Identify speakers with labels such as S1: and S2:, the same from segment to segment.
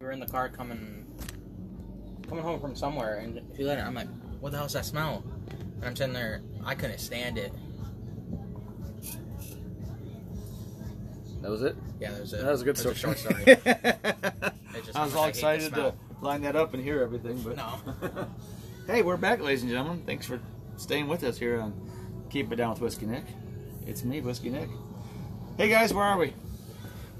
S1: We were in the car coming coming home from somewhere, and a few later, I'm like, "What the hell's that smell?" And I'm sitting there, I couldn't stand it.
S2: That was it.
S1: Yeah, there's a
S2: That was a good
S1: there's
S2: story.
S1: short story. It's just
S2: I was
S1: how
S2: all
S1: much I hate the
S2: excited to line that up and hear everything, but
S1: No.
S2: hey, we're back, ladies and gentlemen. Thanks for staying with us here on Keep It Down with Whiskey Nick. It's me, Whiskey Nick. Hey guys, where are we?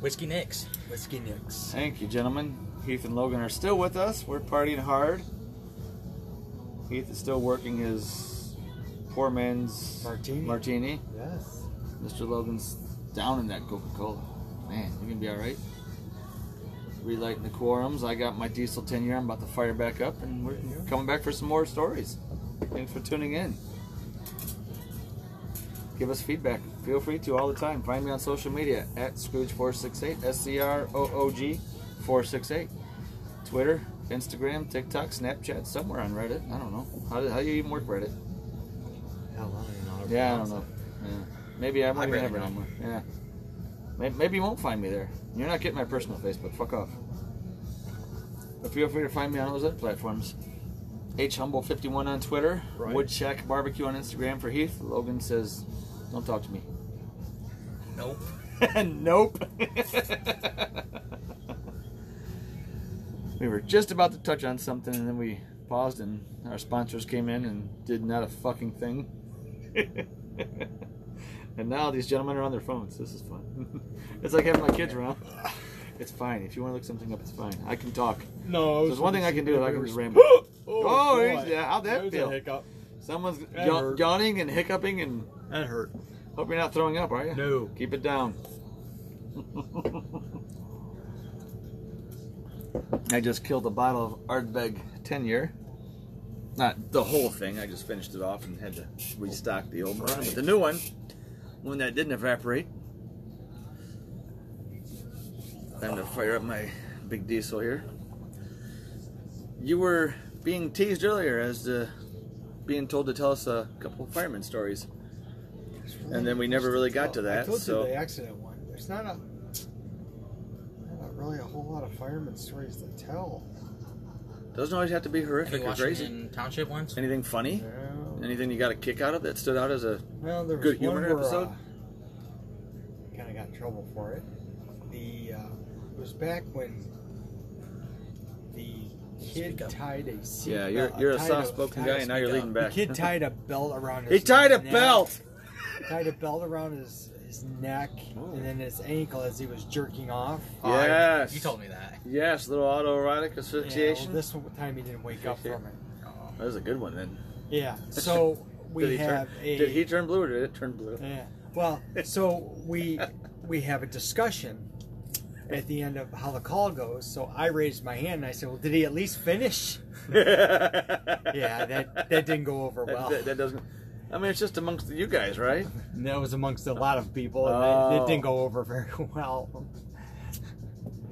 S1: Whiskey Nicks.
S3: Whiskey Nicks.
S2: Thank you, gentlemen. Heath and Logan are still with us. We're partying hard. Heath is still working his poor man's
S3: Martini.
S2: Martini.
S3: Yes.
S2: Mr. Logan's down in that Coca Cola. Man, you gonna be all right. Relighting the quorums. I got my diesel 10 year. I'm about to fire back up, and we're
S3: Yeah.
S2: coming back for some more stories. Thanks for tuning in. Give us feedback. Feel free to all the time. Find me on social media at Scrooge468, S C R O O G 468. Twitter, Instagram, TikTok, Snapchat, somewhere on Reddit. I don't know. How do, how do you even work Reddit?
S3: Hell, I don't even know. how to
S2: Yeah, I don't
S3: pronounce
S2: know. Yeah. Maybe I won't
S1: barely
S2: even have it
S1: know.
S2: anymore. Yeah. May- Maybe you won't find me there. You're not getting my personal Facebook. Fuck off. But feel free to find me on those other platforms. H Humble 51 on Twitter.
S3: Right.
S2: Woodchuck Barbecue on Instagram for Heath. Logan says, "Don't talk to me."
S1: Nope.
S2: nope. we were just about to touch on something, and then we paused, and our sponsors came in and did not a fucking thing. and now these gentlemen are on their phones. This is fun. it's like having my kids around. It's fine. If you want to look something up, it's fine. I can talk.
S3: it. No.
S2: There's one thing I can do, I can just ramble.
S3: oh,
S2: Oh,
S3: boy.
S2: he's- yeah, how'd that
S3: There's
S2: feel?
S3: A hiccup.
S2: Someone's
S3: That
S2: yaw-
S3: hurt.
S2: yawning and hiccuping, and
S3: That hurt.
S2: hope you're not throwing up, are you?
S3: No.
S2: Keep it down. I just killed a bottle of Ardbeg 10 year. Not the whole thing, I just finished it off and had to restock the old one. But the new one, one that didn't evaporate. Time to fire up my big diesel here. You were being teased earlier as to being told to tell us a couple of fireman stories. And then we never really got to
S3: I
S2: that,
S3: told
S2: so-
S3: you the accident one. There's not a. Not really a whole lot of fireman stories to tell.
S2: Doesn't always have to be
S1: Have you
S2: horrific or crazy.
S1: Washington Township once?
S2: Anything funny?
S3: No.
S2: Anything you got a kick out of that stood out as a
S3: Well, there was
S2: Good
S3: one
S2: humor
S3: where,
S2: episode?
S3: Uh, kind of got in trouble for it. The uh, it was back when the kid
S1: Speak up.
S3: tied a seat
S2: Yeah, you're-
S3: belt-
S2: you're a
S3: tied
S2: soft-spoken
S3: tied
S2: guy and now you're
S3: speak
S2: leading
S3: up.
S2: back.
S3: The kid tied a belt around.
S2: He
S3: his
S2: tied a
S3: neck,
S2: belt!
S3: Tied a belt around his his neck
S2: Oh.
S3: and then his ankle as he was jerking off.
S1: Oh, I-
S2: Yes.
S1: You told me that.
S2: Yes, little autoerotic
S3: You know,
S2: association.
S3: this one time he didn't wake up from it.
S2: that was a good one then.
S3: Yeah. So we
S2: did he
S3: have
S2: turn,
S3: a.
S2: Did he turn blue or did it turn blue?
S3: Yeah. Well, so we we have a discussion at the end of how the call goes. So I raised my hand and I said, "Well, did he at least finish?" Yeah,
S2: yeah,
S3: that that didn't go over
S2: that,
S3: well.
S2: that, that doesn't. I mean, it's just amongst you guys, right?
S3: And that was amongst a lot of people, and that- that,
S2: Oh.
S3: didn't go over very well.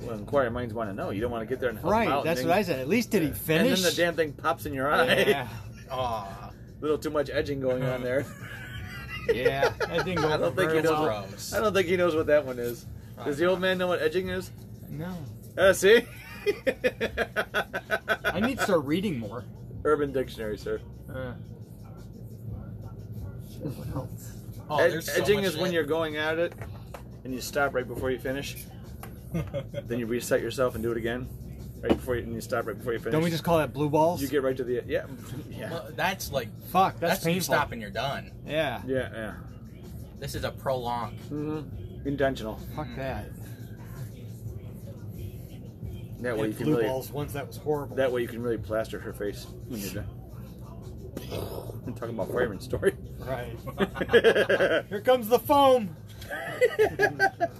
S2: Well, inquiring minds want to know. You don't want to get there and help them
S3: Right,
S2: out.
S3: that's
S2: and
S3: what I
S2: then-
S3: said. At least did he
S2: And
S3: finish?
S2: then the damn thing pops in your eye.
S3: Yeah,
S1: Aw.
S2: little too much edging going on there.
S3: yeah, that didn't go
S2: I
S3: over
S2: don't think
S3: very
S2: he knows.
S3: well.
S1: Gross.
S2: What, I don't think he knows what that one is. Does the old man know what edging is?
S3: No,
S2: Uh, see?
S3: I need to start reading more.
S2: Urban Dictionary, sir.
S3: Uh, what else?
S1: Oh,
S2: Ed-
S1: there's so
S2: edging
S1: much
S2: is when
S1: shit.
S2: you're going at it and you stop right before you finish. then you reset yourself and do it again. Right before you, and you stop right before you finish.
S3: Don't we just call that blue balls?
S2: You get right to the yeah, yeah,
S1: Well, that's like
S3: Fuck, that's,
S1: that's, you
S3: painful.
S1: stop and you're done.
S3: Yeah,
S2: yeah, yeah.
S1: This is a prolonged.
S2: hmm Intentional.
S3: fuck that.
S2: That way you
S3: And
S2: can
S3: blue
S2: really
S3: balls once that was horrible.
S2: that way you can really plaster her face when you're done. I'm talking about fireman story.
S3: right. Here comes the foam.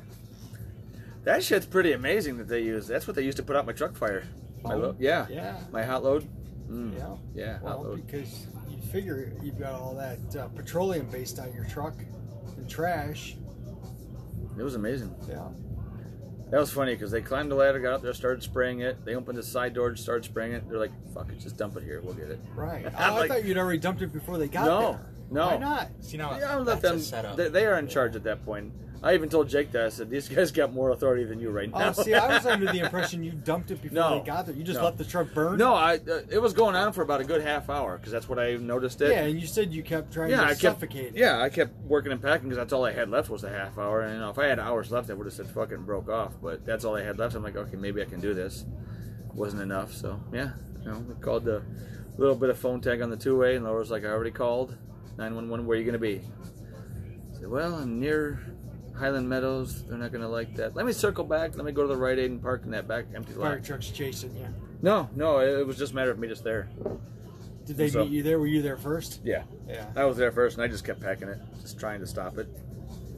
S2: That shit's pretty amazing that they use. That's what they used to put out my truck fire. My
S3: Foam?
S2: load, yeah.
S3: Yeah.
S2: My hot load. Mm.
S3: Yeah.
S2: Yeah, hot
S3: Well,
S2: load.
S3: because you figure you've got all that uh, petroleum based on your truck and trash.
S2: It was amazing.
S3: Yeah.
S2: That was funny because they climbed the ladder, got up there, started spraying it. They opened the side door, started spraying it. They're like, "Fuck it, just dump it here. We'll get it."
S3: Right. Oh,
S2: I'm
S3: I
S2: like-
S3: thought you'd already dumped it before they got
S2: No,
S3: there.
S2: no.
S3: Why not?
S1: See now
S2: Yeah, I'll let
S1: that's a
S2: them.
S1: setup.
S2: They, they are in charge at that point. I even told Jake that I said these guys got more authority than you right
S3: Oh,
S2: now.
S3: see, I was under the impression you dumped it before
S2: No.
S3: they got there. You just
S2: No.
S3: let the truck burn.
S2: no, I uh, it was going on for about a good half hour because that's what I noticed it.
S3: Yeah, and you said you kept trying
S2: yeah,
S3: to
S2: I kept
S3: suffocate it.
S2: yeah I kept working and packing because that's all I had left was the half hour. And you know, if I had hours left, I would have said fucking broke off. But that's all I had left. I'm like, okay, maybe I can do this. Wasn't enough, so yeah. You know, we called the little bit of phone tag on the two way, and Laura's like, I already called 911. Where are you gonna be? I said, well, I'm near Highland Meadows. They're not gonna like that. Let me circle back. Let me go to the Rite Aid and park in that back empty lot.
S3: Fire trucks chasing you.
S2: No, no, it it was just a matter of me just there.
S3: Did they
S2: So-
S3: meet you there? Were you there first?
S2: Yeah.
S3: Yeah.
S2: I was there first, and I just kept packing it, just trying to stop it.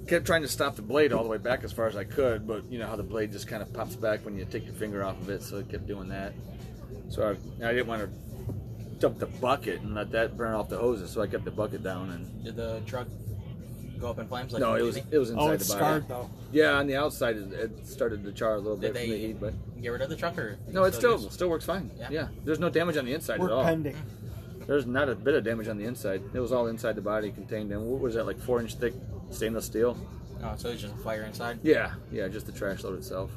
S2: Kept trying to stop the blade all the way back as far as I could, but you know how the blade just kind of pops back when you take your finger off of it, so I kept doing that. So I, I didn't want to dump the bucket and let that burn off the hoses, so I kept the bucket down. And
S1: Did the truck go up in flames? Like
S2: no, it
S1: you
S2: was
S1: think?
S2: it was inside
S3: oh,
S2: the
S3: it's
S2: body.
S3: scarred though.
S2: Yeah, on the outside it, it started to char a little
S1: Did
S2: bit from the
S1: they-
S2: heat, but
S1: Get rid of the truck or?
S2: no, it still
S1: used?
S2: still works fine.
S1: Yeah.
S2: yeah, there's no damage on the inside at all.
S3: We're pending.
S2: There's not a bit of damage on the inside. It was all inside the body, contained in what was that like four inch thick stainless steel.
S1: Oh, so it's just fire inside.
S2: Yeah, yeah, just the trash load itself.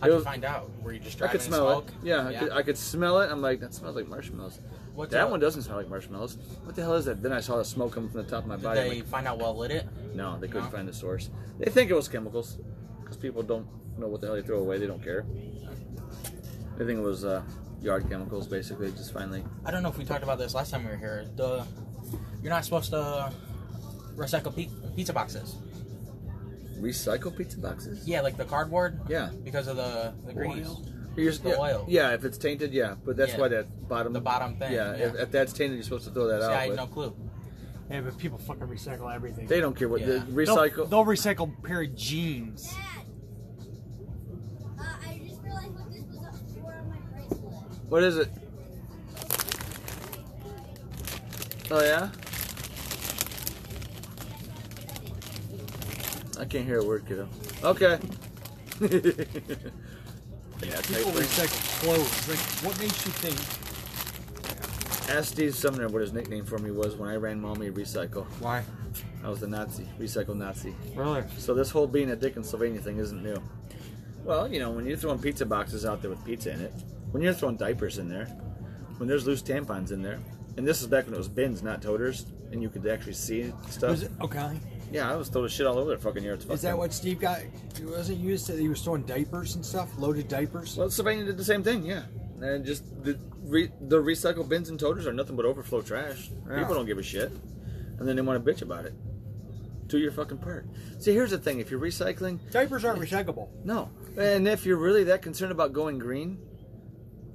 S1: How'd
S2: It
S1: you
S2: was-
S1: find out? Were you just
S2: I
S1: driving
S2: could
S1: in
S2: smell
S1: smoke?
S2: it. Yeah, I, could, I could smell it. I'm like, that smells like marshmallows.
S1: What's
S2: that
S1: up?
S2: one doesn't smell like marshmallows. What the hell is that? Then I saw the smoke coming from the top of my
S1: Did
S2: body. I'm
S1: they find out well lit it?
S2: like, no, they couldn't
S1: No?
S2: find the source. They think it was chemicals, because people don't know what the hell they throw away. They don't care. They think it was uh, yard chemicals, basically. Just finally,
S1: I don't know if we talked about this last time we were here. The you're not supposed to recycle pi- pizza boxes.
S2: recycle pizza boxes.
S1: Yeah, like the cardboard.
S2: Yeah.
S1: Because of the the grease.
S2: You're just-
S1: The
S2: yeah,
S1: oil.
S2: yeah, if it's tainted, yeah. But that's
S1: Yeah.
S2: why that bottom.
S1: The bottom thing,
S2: Yeah, If,
S1: yeah.
S2: if that's tainted, you're supposed to throw that
S1: See,
S2: out.
S1: I
S2: but
S1: had no clue.
S3: Yeah, but people fucking recycle everything.
S2: They don't care what
S1: Yeah.
S2: the
S3: They'll-
S2: recycle.
S3: They'll, recycle a pair of jeans.
S4: Dad. Uh, I just realized what this was up for on my bracelet.
S2: What is it? Oh yeah. I can't hear a word, kiddo. Okay. yeah,
S3: People
S2: type
S3: recycle clothes. Like, what makes you think?
S2: Ask Steve Sumner what his nickname for me was when I ran mommy recycle.
S3: Why?
S2: I was the Nazi, recycle Nazi.
S3: Really?
S2: So this whole being a dick in Sylvania thing isn't new. Well, you know, when you're throwing pizza boxes out there with pizza in it, when you're throwing diapers in there, when there's loose tampons in there, and this is back when it was bins, not toters, and you could actually see stuff.
S3: Was it, okay.
S2: Yeah, I was throwing shit all over the fucking yard.
S3: Is that what Steve got? Wasn't you said he was throwing diapers and stuff, loaded diapers?
S2: Well, Sylvania did the same thing, yeah. And just the re- the recycle bins and toters are nothing but overflow trash.
S3: Yeah.
S2: People don't give a shit, and then they want to bitch about it. Do your fucking part. See, here's the thing: if you're recycling,
S3: Diapers aren't recyclable.
S2: No. And if you're really that concerned about going green,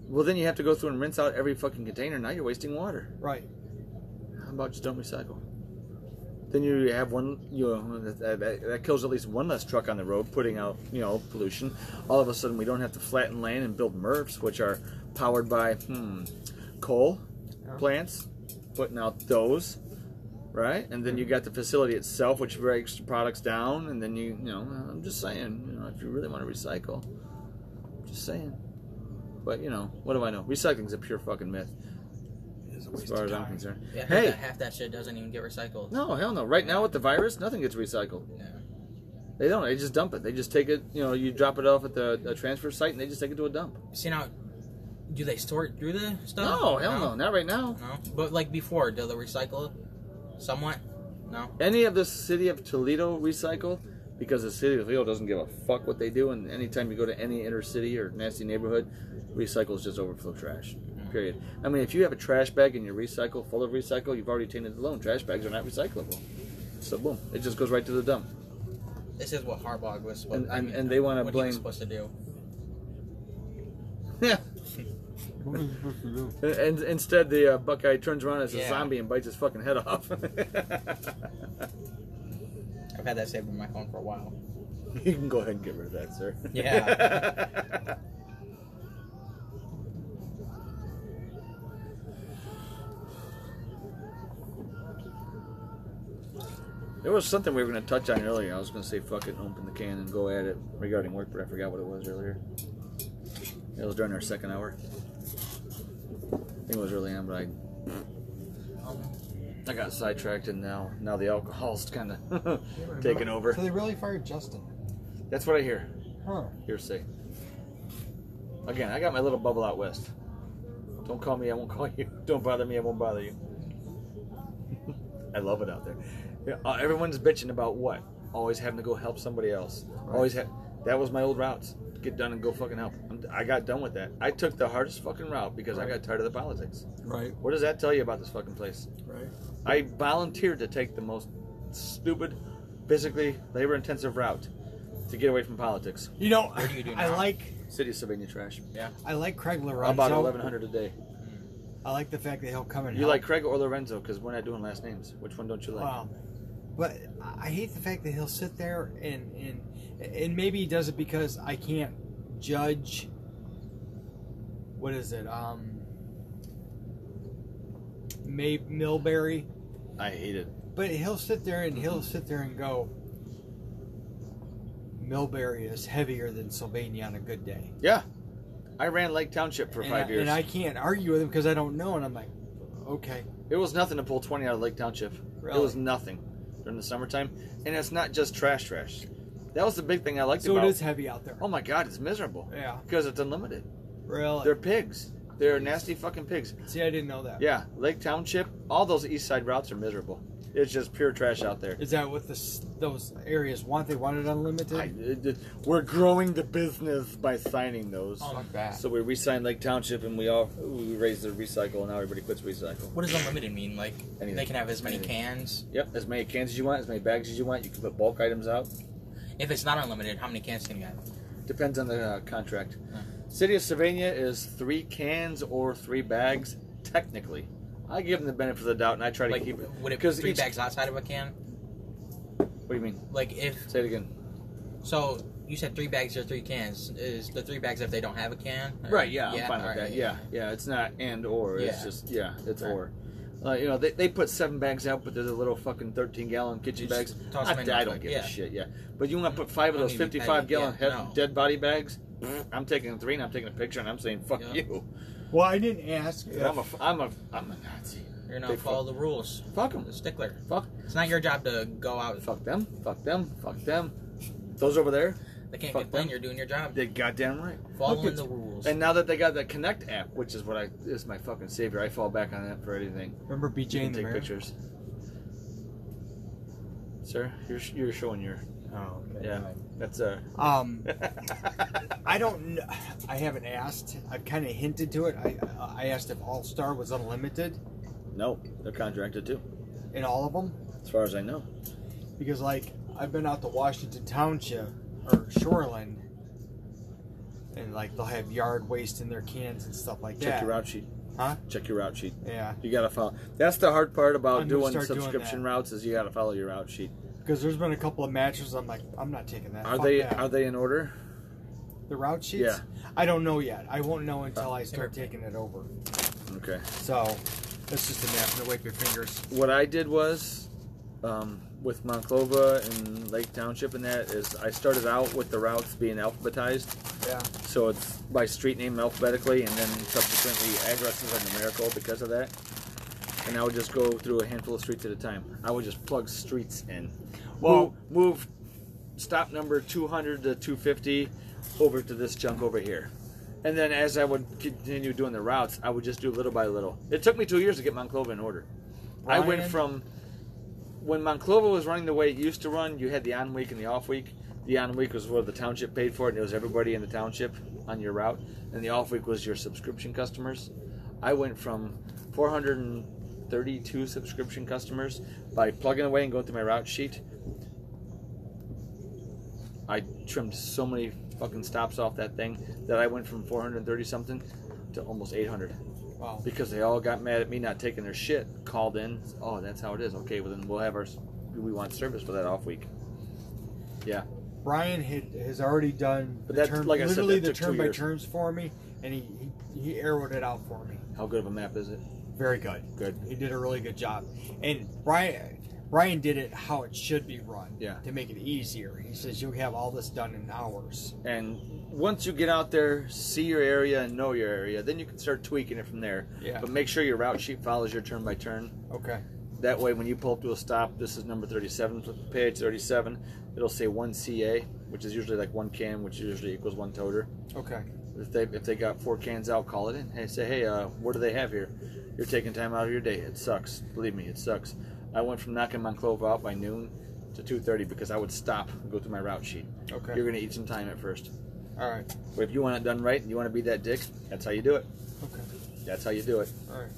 S2: well, then you have to go through and rinse out every fucking container. Now you're wasting water.
S3: Right.
S2: How about just don't recycle? Then you have one, you know, that, that, that kills at least one less truck on the road putting out, you know, pollution. All of a sudden, we don't have to flatten land and build MRFs, which are powered by, hmm, coal plants, putting out those, right? And then you got the facility itself, which breaks products down, and then you, you know, I'm just saying, you know, if you really want to recycle, just saying. But, you know, what do I know? Recycling's a pure fucking myth,
S3: It's a
S2: as
S3: waste
S2: far
S3: of
S2: as I'm
S3: time.
S2: concerned.
S1: Yeah, half
S2: hey!
S1: that, half that shit doesn't even get recycled.
S2: No, hell no. Right now with the virus, nothing gets recycled.
S1: Yeah.
S2: They don't. They just dump it. They just take it. You know, you drop it off at the a transfer site, and they just take it to a dump.
S1: See now, do they sort through the stuff?
S2: No, hell no. Not right now.
S1: No, but like before, do they recycle somewhat? No.
S2: Any of the city of Toledo recycle because the city of Toledo doesn't give a fuck what they do. And anytime you go to any inner city or nasty neighborhood, recycle is just overflow trash. Period. I mean, if you have a trash bag and you recycle full of recycle, you've already tainted the loan. Trash bags are not recyclable. So boom, it just goes right to the dump.
S1: This is what Harbaugh was supposed.
S2: And-
S1: I
S2: and-
S1: mean,
S2: and they wanna
S1: what he was
S2: blame-
S1: supposed to do.
S2: Yeah. And, and instead, the uh, Buckeye turns around as a
S1: Yeah.
S2: zombie and bites his fucking head off.
S1: I've had that saved on my phone for a while.
S2: you can go ahead and get rid of that, sir.
S1: Yeah.
S2: there was something we were going to touch on earlier. I was going to say fuck it, open the can and go at it regarding work, but I forgot what it was earlier. It was during our second hour. I think it was early on, but I. I got sidetracked, and now now the alcohol's kind of taking over.
S5: So they really fired Justin.
S2: That's what I hear.
S5: Huh.
S2: Hearsay. Again, I got my little bubble out west. Don't call me, I won't call you. Don't bother me, I won't bother you. I love it out there. Yeah, uh, everyone's bitching about what? Always having to go help somebody else. Always have. That was my old routes. Get done and go fucking help. I'm, I got done with that. I took the hardest fucking route because I got tired of the politics.
S5: Right.
S2: What does that tell you about this fucking place?
S5: Right.
S2: I volunteered to take the most stupid, physically labor intensive route to get away from politics.
S3: You know,
S1: What do you do
S3: I
S1: now?
S3: like
S2: City of Sylvania trash.
S3: I like Craig Lorenzo.
S2: About 1100 a day.
S3: I like the fact that he'll come and
S2: You
S3: help.
S2: like Craig or Lorenzo because we're not doing last names. Which one don't you like?
S3: Wow. But I hate the fact that he'll sit there and and and maybe he does it because I can't judge. What is it? Um. May Milbury,
S2: I hate it.
S3: but he'll sit there and he'll sit there and go. Milbury is heavier than Sylvania on a good day.
S2: Yeah. I ran Lake Township for
S3: and
S2: five
S3: I,
S2: years.
S3: and I can't argue with him because I don't know, and I'm like, okay,
S2: It was nothing to pull 20 out of Lake Township.
S3: Really?
S2: It was nothing during the summertime. And it's not just trash trash. That was the big thing I liked
S3: so
S2: about
S3: it is heavy out there.
S2: Oh my god, it's miserable.
S3: Yeah,
S2: Because it's unlimited.
S3: really.
S2: They're pigs. They're nasty fucking pigs.
S3: See, I didn't know that.
S2: Yeah, Lake Township, all those east side routes are miserable. It's just pure trash out there.
S3: Is that what this, those areas want? They want it unlimited.
S2: I- it- it- we're growing the business by signing those.
S1: Oh.
S5: Fuck that.
S2: So we re-signed Lake Township, and we all we raised the recycle, and now everybody quits recycle.
S1: What does unlimited mean? Like
S2: Anything.
S1: they can have as many
S2: Anything.
S1: cans.
S2: Yep, as many cans as you want, as many bags as you want. You can put bulk items out.
S1: If it's not unlimited, how many cans can you have?
S2: Depends on the uh, contract.
S1: Hmm.
S2: City of Sylvania is three cans or three bags, technically. I give them the benefit of the doubt, and I try to
S1: Like
S2: keep it.
S1: would it be
S2: because
S1: three
S2: each-
S1: bags outside of a can?
S2: What do you mean?
S1: Like if
S2: Say it again.
S1: so, you said three bags or three cans. Is the three bags if they don't have a can? Or-
S2: Right. Yeah, I'm fine with
S1: alright,
S2: that. Yeah, yeah. It's not and or. It's
S1: Yeah.
S2: just yeah. It's
S1: Right.
S2: or. Uh, you know, they, they put seven bags out, but they're the little fucking thirteen gallon kitchen
S1: You
S2: bags.
S1: just toss
S2: I,
S1: 'em in
S2: I
S1: real
S2: don't
S1: quick,
S2: give
S1: yeah.
S2: a shit. Yeah, but you want to put five of
S1: I don't
S2: those
S1: even- I-
S2: fifty-five gallon
S1: yeah,
S2: head,
S1: no.
S2: dead body bags? Pfft, I'm taking three, and I'm taking a picture, and I'm saying fuck
S1: Yeah.
S2: you.
S3: well, I didn't ask. if-
S2: I'm a f- I'm a I'm a Nazi.
S1: You're not
S2: They
S1: follow the rules.
S2: Fuck them.
S1: The stickler.
S2: Fuck
S1: It's not your job to go out.
S2: fuck them. Fuck them. Fuck them. Those over there,
S1: They can't
S2: fuck
S1: complain.
S2: them.
S1: You're doing your job.
S2: they goddamn right. Fuck
S1: Following
S2: it.
S1: the rules.
S2: And now that they got that Connect app, which is what I is my fucking savior, I fall back on that for anything.
S3: Remember
S2: You
S3: BJ
S2: can
S3: and the
S2: take
S3: mayor?
S2: pictures. Sir, you're, you're showing your.
S3: Oh, okay.
S2: Yeah, that's uh.
S3: Um, I don't. Kn- I haven't asked. I've kind of hinted to it. I uh, I asked if All Star was unlimited
S2: no, they're contracted too,
S3: in all of them
S2: as far as I know.
S3: because like I've been out to Washington Township or Shoreland, and like they'll have yard waste in their cans and stuff like
S2: Check
S3: that.
S2: your route sheet.
S3: Huh?
S2: Check your route sheet.
S3: Yeah,
S2: You gotta follow. That's the hard part about
S3: I'm gonna
S2: doing
S3: start doing
S2: subscription
S3: that.
S2: routes is you gotta follow your route sheet.
S3: because there's been a couple of matches. I'm like, I'm not taking that.
S2: Are
S3: Fuck
S2: they
S3: that.
S2: are they in order?
S3: The route sheets?
S2: Yeah. Oh.
S3: I don't know yet. I won't know until I start taking it over.
S2: Okay.
S3: So that's just a nap to wipe your fingers.
S2: What I did was, um, with Monclova and Lake Township and that is I started out with the routes being alphabetized.
S3: Yeah.
S2: So it's by street name alphabetically, and then subsequently addresses are numerical because of that. And I would just go through a handful of streets at a time. I would just plug streets in.
S3: Well-
S2: move, move stop number 200 to 250 over to this junk over here. And then as I would continue doing the routes, I would just do little by little. It took me two years to get Monclova in order. I went
S3: Ryan?
S2: from when Monclova was running the way it used to run, you had the on week and the off week. The on week was what the township paid for it, and it was everybody in the township on your route. And the off week was your subscription customers. I went from 432 subscription customers by plugging away and going through my route sheet. I trimmed so many fucking stops off that thing that I went from 430 something to almost 800
S3: Wow.
S2: because they all got mad at me not taking their shit. Called in. Oh, that's how it is. Okay, well then we'll have our we want service for that off week.
S3: Brian had, has already done
S2: But
S3: the
S2: that-
S3: term,
S2: like I said,
S3: literally
S2: that took
S3: the
S2: two
S3: turn by
S2: years.
S3: turns for me, and he, he, he arrowed it out for me.
S2: How good of a map is it?
S3: Very good.
S2: Good.
S3: He did a really good job. And Brian Brian did it how it should be run
S2: Yeah.
S3: to make it easier. He says you'll have all this done in hours.
S2: And once you get out there, see your area and know your area, then you can start tweaking it from there.
S3: Yeah.
S2: But make sure your route sheet follows your turn by turn.
S3: Okay.
S2: That way, when you pull up to a stop, this is number 37, page 37. It'll say one CA, which is usually like one can, which usually equals one toter.
S3: Okay.
S2: If they if they got four cans out, call it in. Hey, say, hey, uh, what do they have here? You're taking time out of your day. It sucks. Believe me, it sucks. I went from knocking Monclova out by noon to 2:30 because I would stop and go through my route sheet.
S3: Okay.
S2: You're gonna eat some time at first.
S3: All right.
S2: But if you want it done right, and you want to be that dick. That's how you do it.
S3: Okay.
S2: That's how you do it.
S3: All right.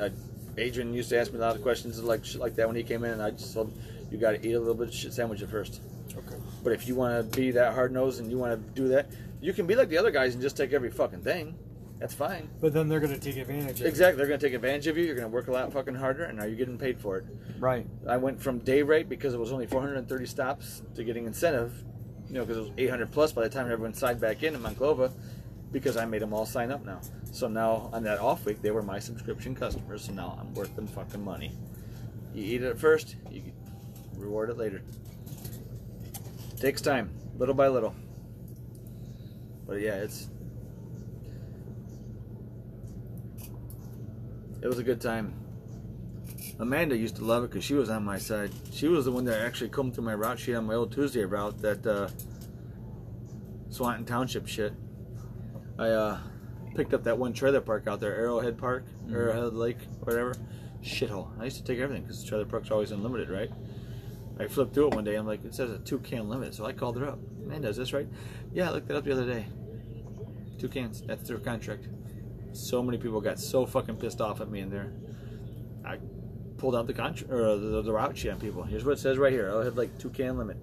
S2: I, I Adrian used to ask me a lot of questions like shit like that when he came in, and I just told him, you got to eat a little bit of shit sandwich at first.
S3: Okay.
S2: But if you want to be that hard nosed and you want to do that, you can be like the other guys and just take every fucking thing. That's fine.
S3: But then they're going to take advantage of
S2: Exactly. They're going to take advantage of you. You're going to work a lot fucking harder, and are you getting paid for it?
S3: it. Right.
S2: I went from day rate because it was only 430 stops to getting incentive, you know, because it was 800 plus by the time everyone signed back in in Monclova, because I made them all sign up now. So now on that off week, they were my subscription customers. So now I'm worth them fucking money. You eat it at first, you get- reward it later. Takes time, little by little. But yeah, it's it was a good time. Amanda used to love it because she was on my side. She was the one that actually combed through my route sheet on my old Tuesday route, that uh, Swanton Township shit. I uh, picked up that one trailer park out there, Arrowhead Park, Arrowhead Lake, whatever. Shithole. I used to take everything because trailer parks are always unlimited, right? I flipped through it one day. I'm like, it says a two can limit. So I called her up. Amanda, is this right? Yeah, I looked that up the other day. Two cans. That's their contract. So many people got so fucking pissed off at me in there. I pulled out the contract or the, the route sheet on people. Here's what it says right here. I have like two can limit.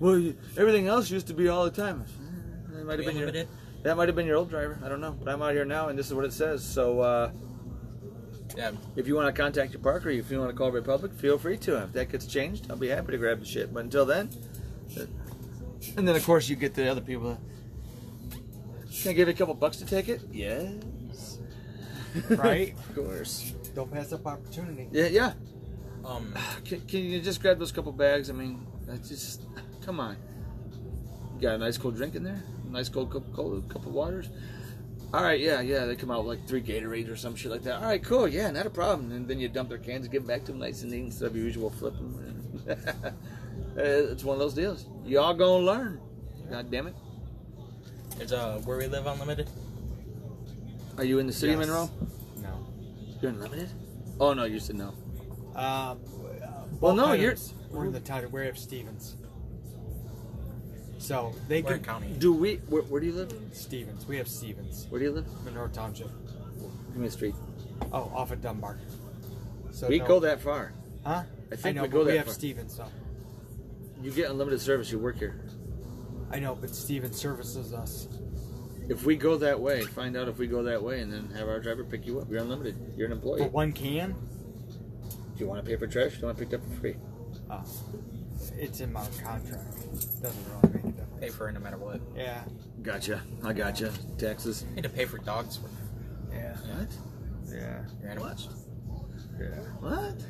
S2: Well, you- everything else used to be all the time. Eh, That might
S1: We
S2: have been your,
S1: unlimited?
S2: that might have been your old driver. I don't know, but I'm out here now, and this is what it says. So uh,
S1: Yeah.
S2: if you want to contact your parker, if you want to call Republic, feel free to. If that gets changed, I'll be happy to grab the shit. But until then, uh, and then of course you get the other people. That, Can I give you a couple bucks to take it? Yes.
S3: Right.
S2: of course.
S3: Don't pass up opportunity.
S2: Yeah, yeah.
S1: Um.
S2: Can, can you just grab those couple bags? I mean, that's just come on. You got a nice cold drink in there, a nice cold cup, cold cup of waters. All right, yeah, yeah. They come out with like three Gatorade or some shit like that. All right, cool, yeah, not a problem. And then you dump their cans and give them back to them nice and neat instead of your usual flip 'em. Uh, it's one of those deals. Y'all gonna learn. God damn it.
S1: Is uh where we live unlimited?
S2: Are you in the city,
S3: Yes.
S2: Monroe?
S3: No.
S2: You're unlimited. Oh no, you said no.
S3: Um, uh,
S2: Well, no,
S3: Pinehurst,
S2: you're-
S3: We're in the town. We're at Stevens. So they
S1: We're
S3: could
S1: in county.
S2: Do we? Where, where do you live?
S3: Stevens. We have Stevens.
S2: Where do you live?
S3: Monroe Township.
S2: Give me a street.
S3: Oh, off of Dunbar. So
S2: we
S3: no-
S2: go that far.
S3: Huh?
S2: I think
S3: know,
S2: we go
S3: but
S2: that
S3: We have
S2: far.
S3: Stevens. So
S2: You get unlimited service. You work here.
S3: I know, but Stevens services us.
S2: If we go that way, find out if we go that way, and then have our driver pick you up. You're unlimited. You're an employee.
S3: For one can.
S2: Do you want to pay for trash? Do you want picked up for free?
S3: Oh, it's in my contract. Doesn't really make a difference.
S1: Pay for it no matter what.
S3: Yeah.
S2: Gotcha. I gotcha. Taxes.
S1: You need to pay for dogs. For
S3: Yeah.
S2: What?
S3: Yeah.
S1: your animals.
S3: Yeah.
S2: What?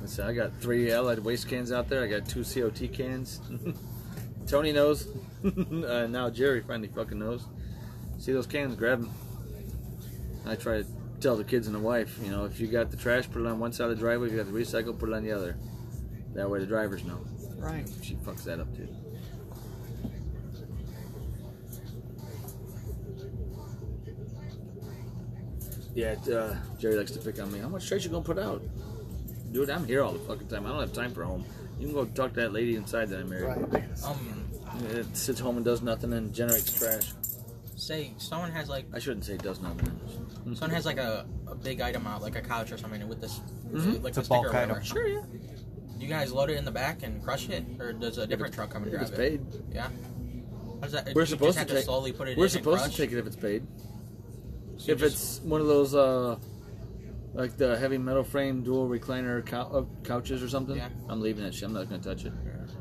S2: Let's see. I got three Allied waste cans out there. I got two COT cans. Tony knows. uh, now Jerry finally fucking knows. See those cans? Grab them. I try to tell the kids and the wife, you know, if you got the trash, put it on one side of the driveway. If you got the recycle, put it on the other. That way the drivers know.
S3: Right.
S2: She fucks that up too. Yeah, it, uh, Jerry likes to pick on me. How much trash you gonna put out? Dude, I'm here all the fucking time. I don't have time for home. You can go talk to that lady inside that I married.
S1: Um,
S2: It sits home and does nothing and generates trash.
S1: say someone has like
S2: I shouldn't say does nothing.
S1: someone has like a, a big item out, like a couch or something, with this
S2: Mhm.
S1: like
S3: It's a
S1: a sticker
S3: bulk
S1: or whatever.
S3: item.
S2: Sure, yeah.
S1: Do you guys load it in the back and crush it, or does a different truck come and
S2: If
S1: grab
S2: it's
S1: it?
S2: paid,
S1: Yeah. How does that?
S2: We're
S1: you
S2: supposed
S1: just have
S2: to
S1: to,
S2: take-
S1: slowly put it.
S2: we're
S1: in
S2: supposed
S1: and
S2: to take it if it's paid.
S1: it.
S2: if it's one of those uh like the heavy metal frame dual recliner cou- uh, couches or something
S1: Yeah.
S2: i'm leaving that shit i'm not gonna touch it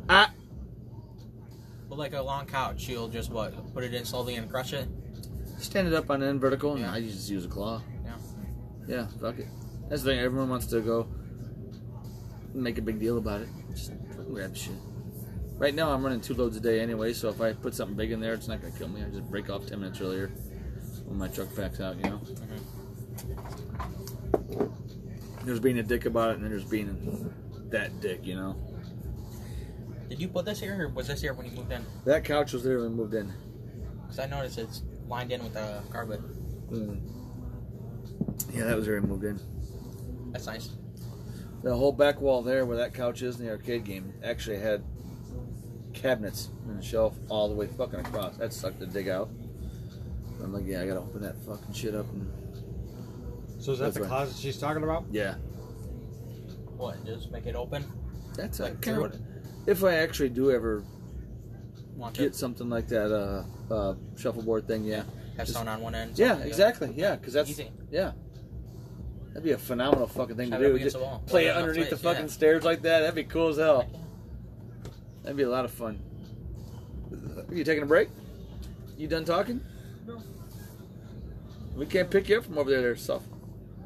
S1: But like a long couch, you'll just what put it in slowly and crush it.
S2: stand it up on end vertical and
S1: Yeah.
S2: i just use a claw
S1: Yeah.
S2: yeah fuck it that's the thing everyone wants to go make a big deal about it just grab the shit right now i'm running two loads a day anyway so if i put something big in there it's not gonna kill me i just break off 10 minutes earlier when my truck packs out you know There's being a dick about it, and then there's being that dick, you know.
S1: Did you put this here, or was this here when you moved in?
S2: That couch was there when we moved in.
S1: Because I noticed it's lined in with a carpet.
S2: Yeah, that was there when we moved in.
S1: That's nice.
S2: The whole back wall there where that couch is in the arcade game actually had cabinets and a shelf all the way fucking across. That sucked to dig out. I'm like, yeah, I gotta open that fucking shit up. And
S3: So is that
S2: That's
S3: the
S2: right.
S3: closet she's talking about?
S2: yeah,
S1: What? Just make it open.
S2: that's like
S1: Like
S2: kind of
S1: dirt?
S2: what. If I actually do ever
S1: Want to
S2: get something like that uh, uh, shuffleboard thing, yeah,
S1: have
S2: just-
S1: someone on one end?
S2: yeah,
S1: someone on the other.
S2: exactly, yeah, because that's
S1: Easy.
S2: yeah, that'd be a phenomenal fucking thing
S1: Shove it up
S2: to do.
S1: against
S2: Just
S1: the wall.
S2: play
S1: Well,
S2: it
S1: there's no
S2: underneath the
S1: place,
S2: fucking
S1: yeah.
S2: stairs like that. That'd be cool as hell. That'd be a lot of fun. Are you taking a break? You done talking?
S1: No.
S2: We can't pick you up from over there. They're soft,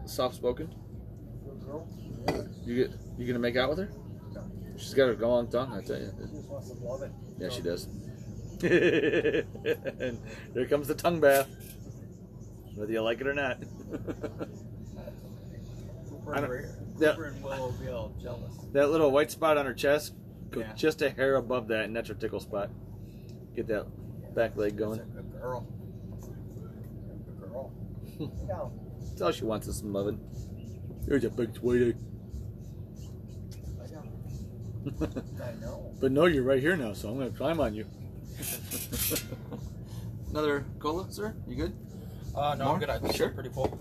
S2: soft spoken. You get, you gonna make out with her? She's got a long tongue, I tell you. Yeah, she does. and there comes the tongue bath, whether you like it or not. I don't- that-
S5: Cooper and Will will be all jealous.
S2: that little white spot on her chest, go
S5: Yeah.
S2: just a hair above that, and that's her tickle spot. Get that back leg going.
S5: That's a good girl. Good girl. Down.
S2: That's all she wants is some loving. There's a big sweetie.
S5: I know. I know.
S2: But no, you're right here now, so I'm gonna climb on you.
S6: Another cola, sir? You good?
S1: Uh, no,
S6: More?
S1: I'm good. I'm
S6: Sure.
S1: sure. pretty full.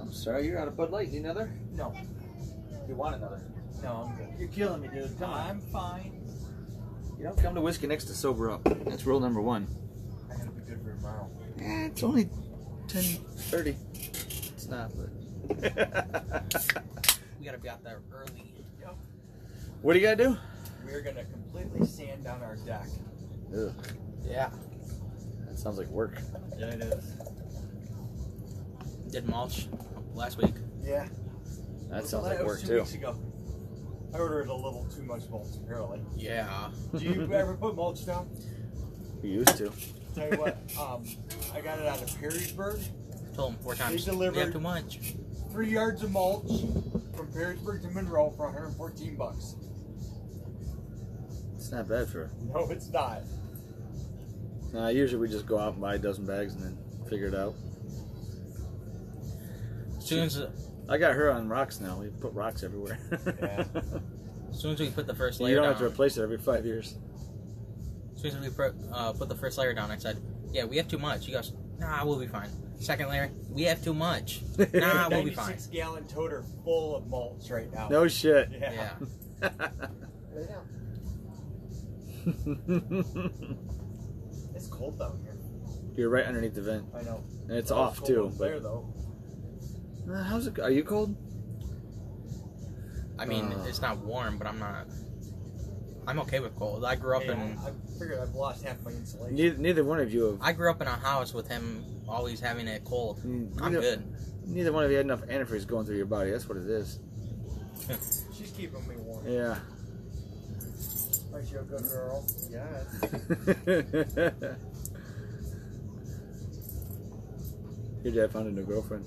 S2: I'm sorry, you're out of Bud Light. Need another?
S5: No.
S2: You want another?
S5: No, I'm good.
S2: You're killing me, dude. Come on.
S5: I'm fine.
S2: You don't come to whiskey next to sober up.
S6: That's rule number one.
S5: I gotta be good for tomorrow.
S2: Eh, it's only 10, 30. It's not, but.
S1: We gotta be out there early.
S2: what do you gotta do?
S5: We're gonna completely sand down our deck.
S2: Ugh,
S1: Yeah.
S2: that sounds like work.
S5: Yeah, it is.
S1: Did mulch last week.
S5: Yeah.
S2: That sounds like
S5: was
S2: work
S5: two
S2: too.
S5: Weeks ago. I ordered a little too much mulch, apparently.
S1: Yeah.
S5: Do you ever put mulch down?
S2: We used to.
S5: Tell you what, um, I got it out of Perrysburg.
S1: Told him four times.
S5: They delivered-
S1: You have too much.
S5: Three yards of mulch from Perrysburg to Monroe for 114 bucks.
S2: It's not bad for.
S5: No, it's not.
S2: Nah, usually we just go out and buy a dozen bags and then figure it out.
S1: As soon as, as
S2: I got her on rocks now. We put rocks everywhere.
S5: Yeah.
S1: soon as we put the first
S2: you
S1: layer
S2: don't
S1: down,
S2: have to replace it every five years.
S1: as soon as we put, uh, put the first layer down, I said, "Yeah, we have too much." He goes, "Nah, we'll be fine." Second layer, we have too much. Nah, we'll be fine.
S5: 96 gallon toter full of mulch right now.
S2: No shit.
S5: Yeah.
S1: Yeah.
S5: It's cold down here.
S2: You're right underneath the vent,
S5: I know.
S2: and it's
S5: Well,
S2: off
S5: cold
S2: too.
S5: up
S2: But
S5: there though.
S2: Uh, how's it? Are you cold?
S1: I mean,
S2: Uh.
S1: it's not warm, but I'm not. I'm okay with cold. I grew up
S5: Hey,
S1: in.
S5: I, I figured I've lost half my insulation.
S2: Neither, neither one of you have.
S1: I grew up in a house with him always having it cold.
S2: Mm,
S1: I'm
S2: neither-
S1: good.
S2: Neither one of you had enough antifreeze going through your body. That's what it is.
S5: She's keeping me warm.
S2: Yeah.
S5: Aren't you a good girl? Yeah.
S2: Your dad found a new girlfriend.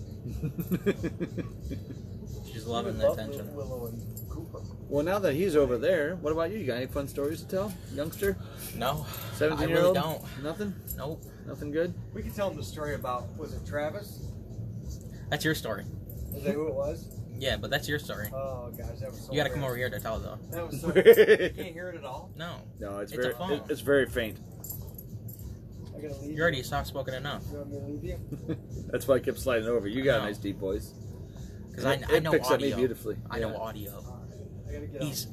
S1: She's loving
S5: You
S1: the
S5: would love
S1: attention.
S5: Willow and Cooper.
S2: well, now that he's over there, what about you? You got any fun stories to tell, youngster?
S1: No, I
S2: Seventeen year
S1: really
S2: old?
S1: don't.
S2: Nothing.
S1: Nope.
S2: Nothing good.
S5: We could tell them the story about was it Travis?
S1: That's your story.
S5: Is that who it was?
S1: Yeah, but that's your story.
S5: Oh gosh, that was so.
S1: You gotta
S5: bad.
S1: come over here to tell though.
S5: That was so. you
S2: no,
S5: can't hear it at all.
S1: No,
S2: it's,
S1: It's a
S2: very
S1: phone.
S2: it- it's very faint.
S5: I gotta leave.
S1: you're already soft spoken enough.
S5: You want me to leave you?
S2: That's why I kept sliding over. You got a
S1: No.
S2: nice deep voice.
S1: Because I,
S2: it,
S1: I
S2: it
S1: know
S2: picks
S1: audio.
S2: up me beautifully.
S1: I
S2: yeah.
S1: know audio.
S5: I gotta get.
S1: He's.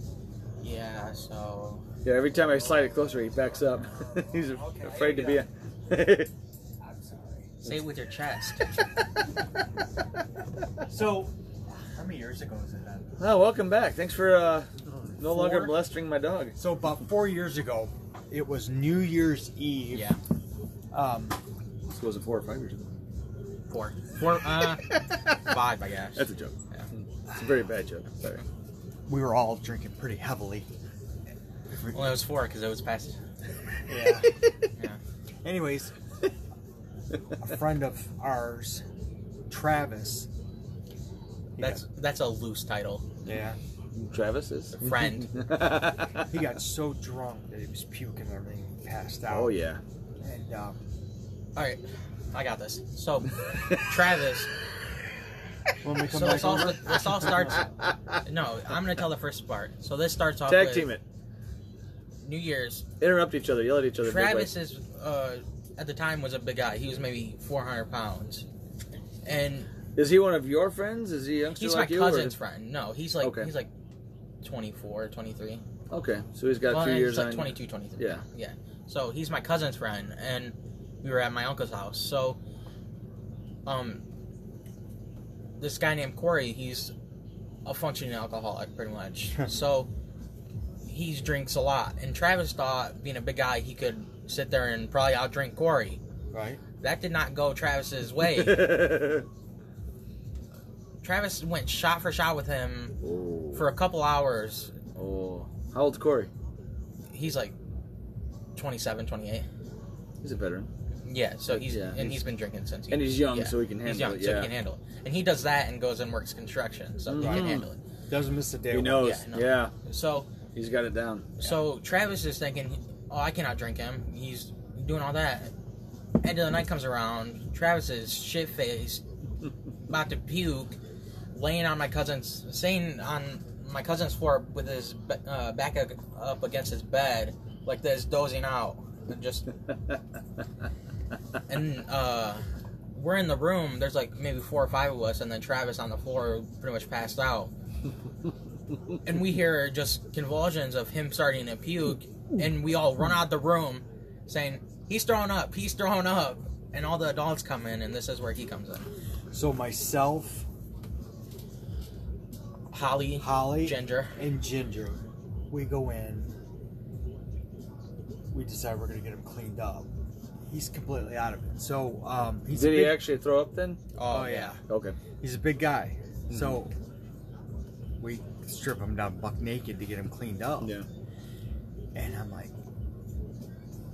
S1: Yeah, so.
S2: Yeah, every time I slide it closer, he backs up. He's
S5: Okay,
S2: afraid to be.
S5: yeah.
S2: A...
S5: out. I'm sorry.
S1: Say it with your chest.
S5: So, how many years ago was that?
S2: oh, welcome back. Thanks for uh, no longer
S3: Four?
S2: blustering my dog.
S3: So about four years ago, it was New Year's Eve.
S1: yeah,
S3: Um,
S2: This wasn't four or five years ago.
S1: four. Four, uh, five, I guess.
S2: That's a joke.
S1: Yeah.
S2: It's a very bad joke. Sorry.
S3: we were all drinking pretty heavily.
S1: Well, it was four because it was past.
S3: Yeah.
S1: Yeah.
S3: Anyways, a friend of ours, Travis. He
S1: That's
S3: got-
S1: that's a loose title.
S3: yeah.
S2: Travis is
S1: Friend.
S3: He got so drunk that he was puking and everything, he passed out.
S2: oh yeah.
S3: And um,
S1: All right, I got this. So, Travis.
S3: when we come
S1: So
S3: back
S1: this all,
S3: over,
S1: this all starts. No, I'm gonna tell the first part. So this starts off
S2: Tag
S1: with
S2: team it.
S1: New Year's.
S2: Interrupt each other. Yell at each other.
S1: Travis is uh, at the time was a big guy. He was maybe 400 pounds, and
S2: midway. Is he one of your friends? Is he a youngster
S1: he's
S2: like
S1: my
S2: you? or-
S1: cousin's friend. No, he's like
S2: Okay.
S1: he's like 24, 23.
S2: Okay, so he's got
S1: well,
S2: a few
S1: no,
S2: years
S1: he's
S2: on.
S1: like 22, 23.
S2: Yeah.
S1: yeah. So he's my cousin's friend, and we were at my uncle's house. So, um, this guy named Corey, he's a functioning alcoholic, pretty much. so he drinks a lot, and Travis thought, being a big guy, he could sit there and probably outdrink Corey.
S3: right?
S1: That did not go Travis's way. Travis went shot for shot with him
S2: oh.
S1: for a couple hours.
S2: oh, how old's Corey?
S1: He's like 27, 28.
S2: He's a veteran,
S1: Yeah, so he's
S2: Yeah,
S1: and
S2: he's-
S1: he's been drinking since. He,
S2: and he's young,
S1: yeah.
S2: so he can handle
S1: he's young,
S2: it.
S1: so
S2: Yeah,
S1: he can handle it. And he does that and goes and works construction, so he
S2: Mhm.
S1: can handle it.
S3: Doesn't miss a day.
S2: he
S3: one.
S2: knows.
S1: Yeah, no.
S2: yeah,
S1: So,
S2: he's got it down.
S1: so Travis is thinking, "Oh, I cannot drink him. He's doing all that." End of the night comes around. Travis is shit faced, about to puke, laying on my cousin's, saying on my cousin's floor with his be- uh, back ag- up against his bed, like this, dozing out, and just and uh, we're in the room. There's like maybe four or five of us, and then Travis on the floor, pretty much passed out. and we hear just convulsions of him starting to puke, and we all run out the room, saying he's throwing up, he's throwing up, and all the adults come in, and this is where he comes in.
S3: So myself
S1: Holly,
S3: Holly.
S1: Ginger.
S3: and Ginger, we go in. We decide we're gonna get him cleaned up. He's completely out of it. So um, he's a
S2: Did he
S3: big,
S2: actually throw up then?
S1: Oh, yeah.
S2: Okay.
S3: He's a big guy. So we strip him down buck naked to get him cleaned up.
S2: Mm-hmm. Yeah.
S3: And I'm like,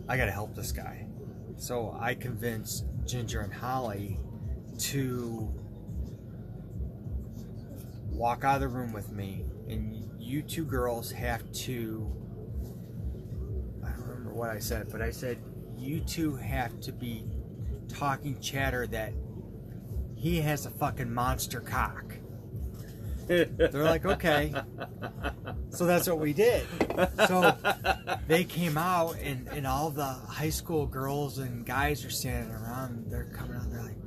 S3: I gotta help this guy. So I convinced Ginger and Holly to walk out of the room with me, and you two girls have to. I don't remember what I said, but I said, you two have to be talking chatter that he has a fucking monster cock. They're like, okay. So that's what we did. So they came out, and, and all the high school girls and guys are standing around. They're coming out. They're like,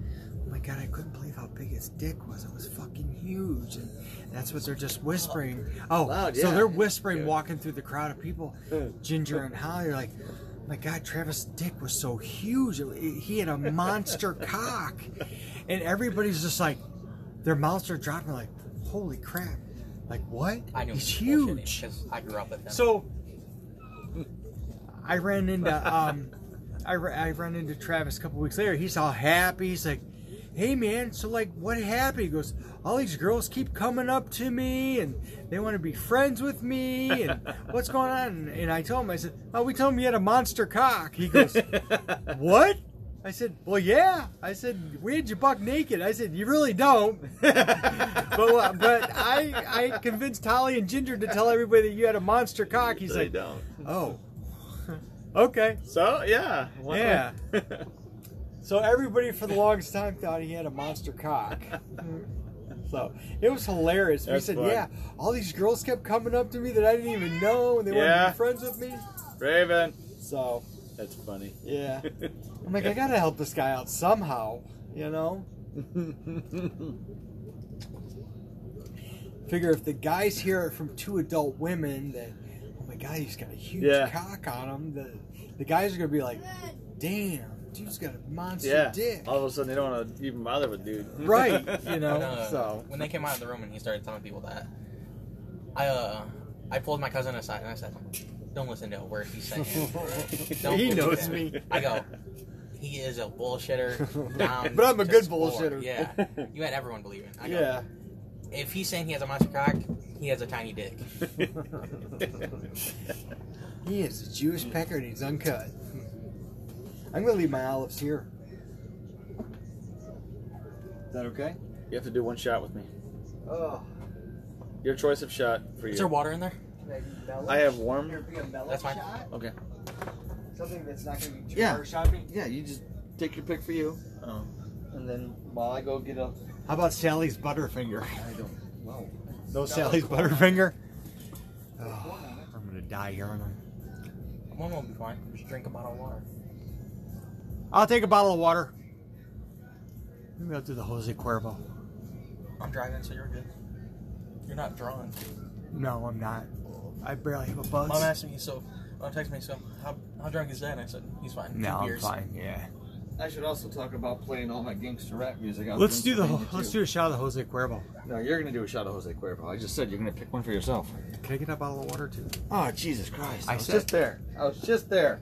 S3: oh my god, I couldn't believe how big his dick was. It was fucking huge. And that's what they're just whispering. Oh,
S2: Loud,
S3: so
S2: yeah.
S3: they're whispering,
S2: Yeah.
S3: walking through the crowd of people. Ginger and Holly are like, "Oh my god, Travis' dick was so huge. It- He had a monster cock. And everybody's just like, their mouths are dropping, like, holy crap. Like, what?
S1: I knew
S3: He's
S1: he was bullshitting
S3: huge.
S1: because I grew up with him.
S3: So I ran into um, I, ra- I ran into Travis a couple weeks later. He's all happy. He's like, "Hey man, so like, what happened?" He goes, "All these girls keep coming up to me and they want to be friends with me and what's going on?" And, and I told him, I said, "Oh, we told him you had a monster cock." He goes, "What?" I said, "Well, yeah." I said, "We had you buck naked." I said, "You really don't." but but I I convinced Holly and Ginger to tell everybody that you had a monster cock. He's
S2: They
S3: like,
S2: don't.
S3: "Oh, okay."
S2: So yeah. Why
S3: Yeah.
S2: not?
S3: So everybody for the longest time thought he had a monster cock. So it was hilarious.
S2: That's
S3: we said,
S2: fun.
S3: "Yeah, all these girls kept coming up to me that I didn't even know, and they wanted to
S2: Yeah.
S3: be friends with me."
S2: Raven.
S3: So
S2: That's funny.
S3: yeah, I'm like, I gotta help this guy out somehow, you know. Figure if the guys hear it from two adult women that, oh my god, he's got a huge
S2: Yeah.
S3: cock on him. The the guys are gonna be like, "Damn, dude's got a monster
S2: yeah.
S3: dick."
S2: All of a sudden, they don't want to even bother with dude.
S3: right you know
S1: But, uh,
S3: so
S1: when they came out of the room and he started telling people that, I uh, I pulled my cousin aside and I said, "Don't listen to a word he's saying. Don't
S3: He
S1: believe
S3: knows
S1: him."
S3: me.
S1: I go, "He is a bullshitter." down
S3: But I'm a
S1: to
S3: good
S1: his core."
S3: bullshitter.
S1: Yeah, you had everyone believing. I go,
S3: yeah
S1: If he's saying he has a monster cock, he has a tiny dick.
S3: he is a jewish pecker and he's uncut i'm gonna leave my olives here that okay?
S2: You have to do one shot with me.
S7: Oh,
S2: Your choice of shot for
S1: Is there
S2: you.
S1: water in there?
S7: maybe melon.
S2: I have warm.
S7: You're being a melon
S1: That's fine.
S7: shot?
S2: Okay.
S7: Something that's not going to be too
S6: Yeah.
S7: hard shopping.
S6: Yeah, you just take your pick for you.
S2: Oh.
S7: And then while I go get a.
S3: How about Sally's Butterfinger?
S7: I don't. Wow.
S3: No Sally's Butterfinger? Oh, I'm gonna die here, aren't I?
S1: One will be fine. Just drink a bottle of water.
S3: I'll take a bottle of water. Maybe I'll do the Jose Cuervo.
S1: I'm driving, so you're good. You're not drunk.
S3: No, I'm not. I barely have a buzz.
S1: Mom asked me, so mom texted me, so how, how drunk is Dad? And I said he's fine.
S3: no,
S1: Two
S3: I'm
S1: beers.
S3: fine. Yeah.
S6: I should also talk about playing all my gangster rap music. out of
S3: Let's do the
S6: Pennsylvania,
S3: let's
S6: too.
S3: do a shot of the Jose Cuervo.
S6: No, you're gonna do a shot of Jose Cuervo. I just said you're gonna pick one for yourself.
S3: Can I get a bottle of water too?
S6: Oh Jesus Christ!
S3: I
S6: was
S3: said-
S6: just there. I was just there.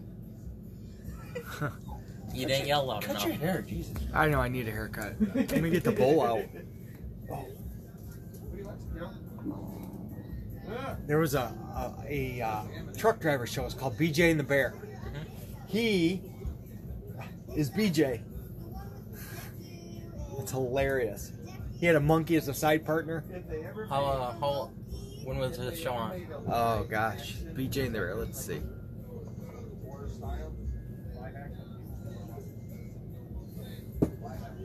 S1: You didn't yell loud
S6: Cut
S1: enough.
S6: your hair, Jesus.
S3: I know I need a haircut. Let me get the bowl out. There was a a, a uh, truck driver show. It's called BJ and the Bear. Mm-hmm. He is BJ. It's hilarious. He had a monkey as a side partner.
S1: How uh, how when was the show on?
S3: Oh gosh, BJ and the Bear. Let's see.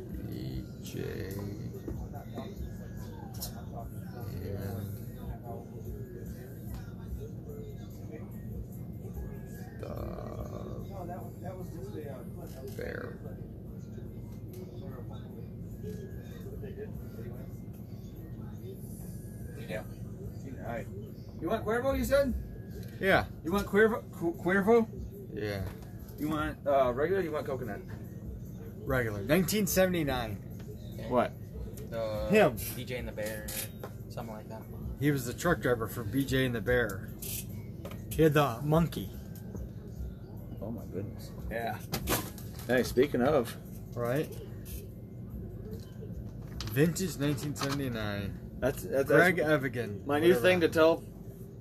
S6: BJ. And the bear. Yeah.
S7: All right.
S6: You want Cuervo? You said.
S3: Yeah.
S6: You want Cuervo? Cu- Cuervo?
S3: Yeah.
S6: You want uh, regular? You want coconut?
S3: Regular. 1979.
S6: What?
S1: The
S3: Him.
S1: DJ and the Bear, something like that.
S3: He was the truck driver for BJ and the Bear. He had the monkey.
S2: Oh my goodness.
S3: Yeah.
S2: Hey, speaking of,
S3: Right? Vintage 1979.
S2: that's that's,
S3: Greg
S2: that's
S3: Evigan.
S2: my new thing to tell,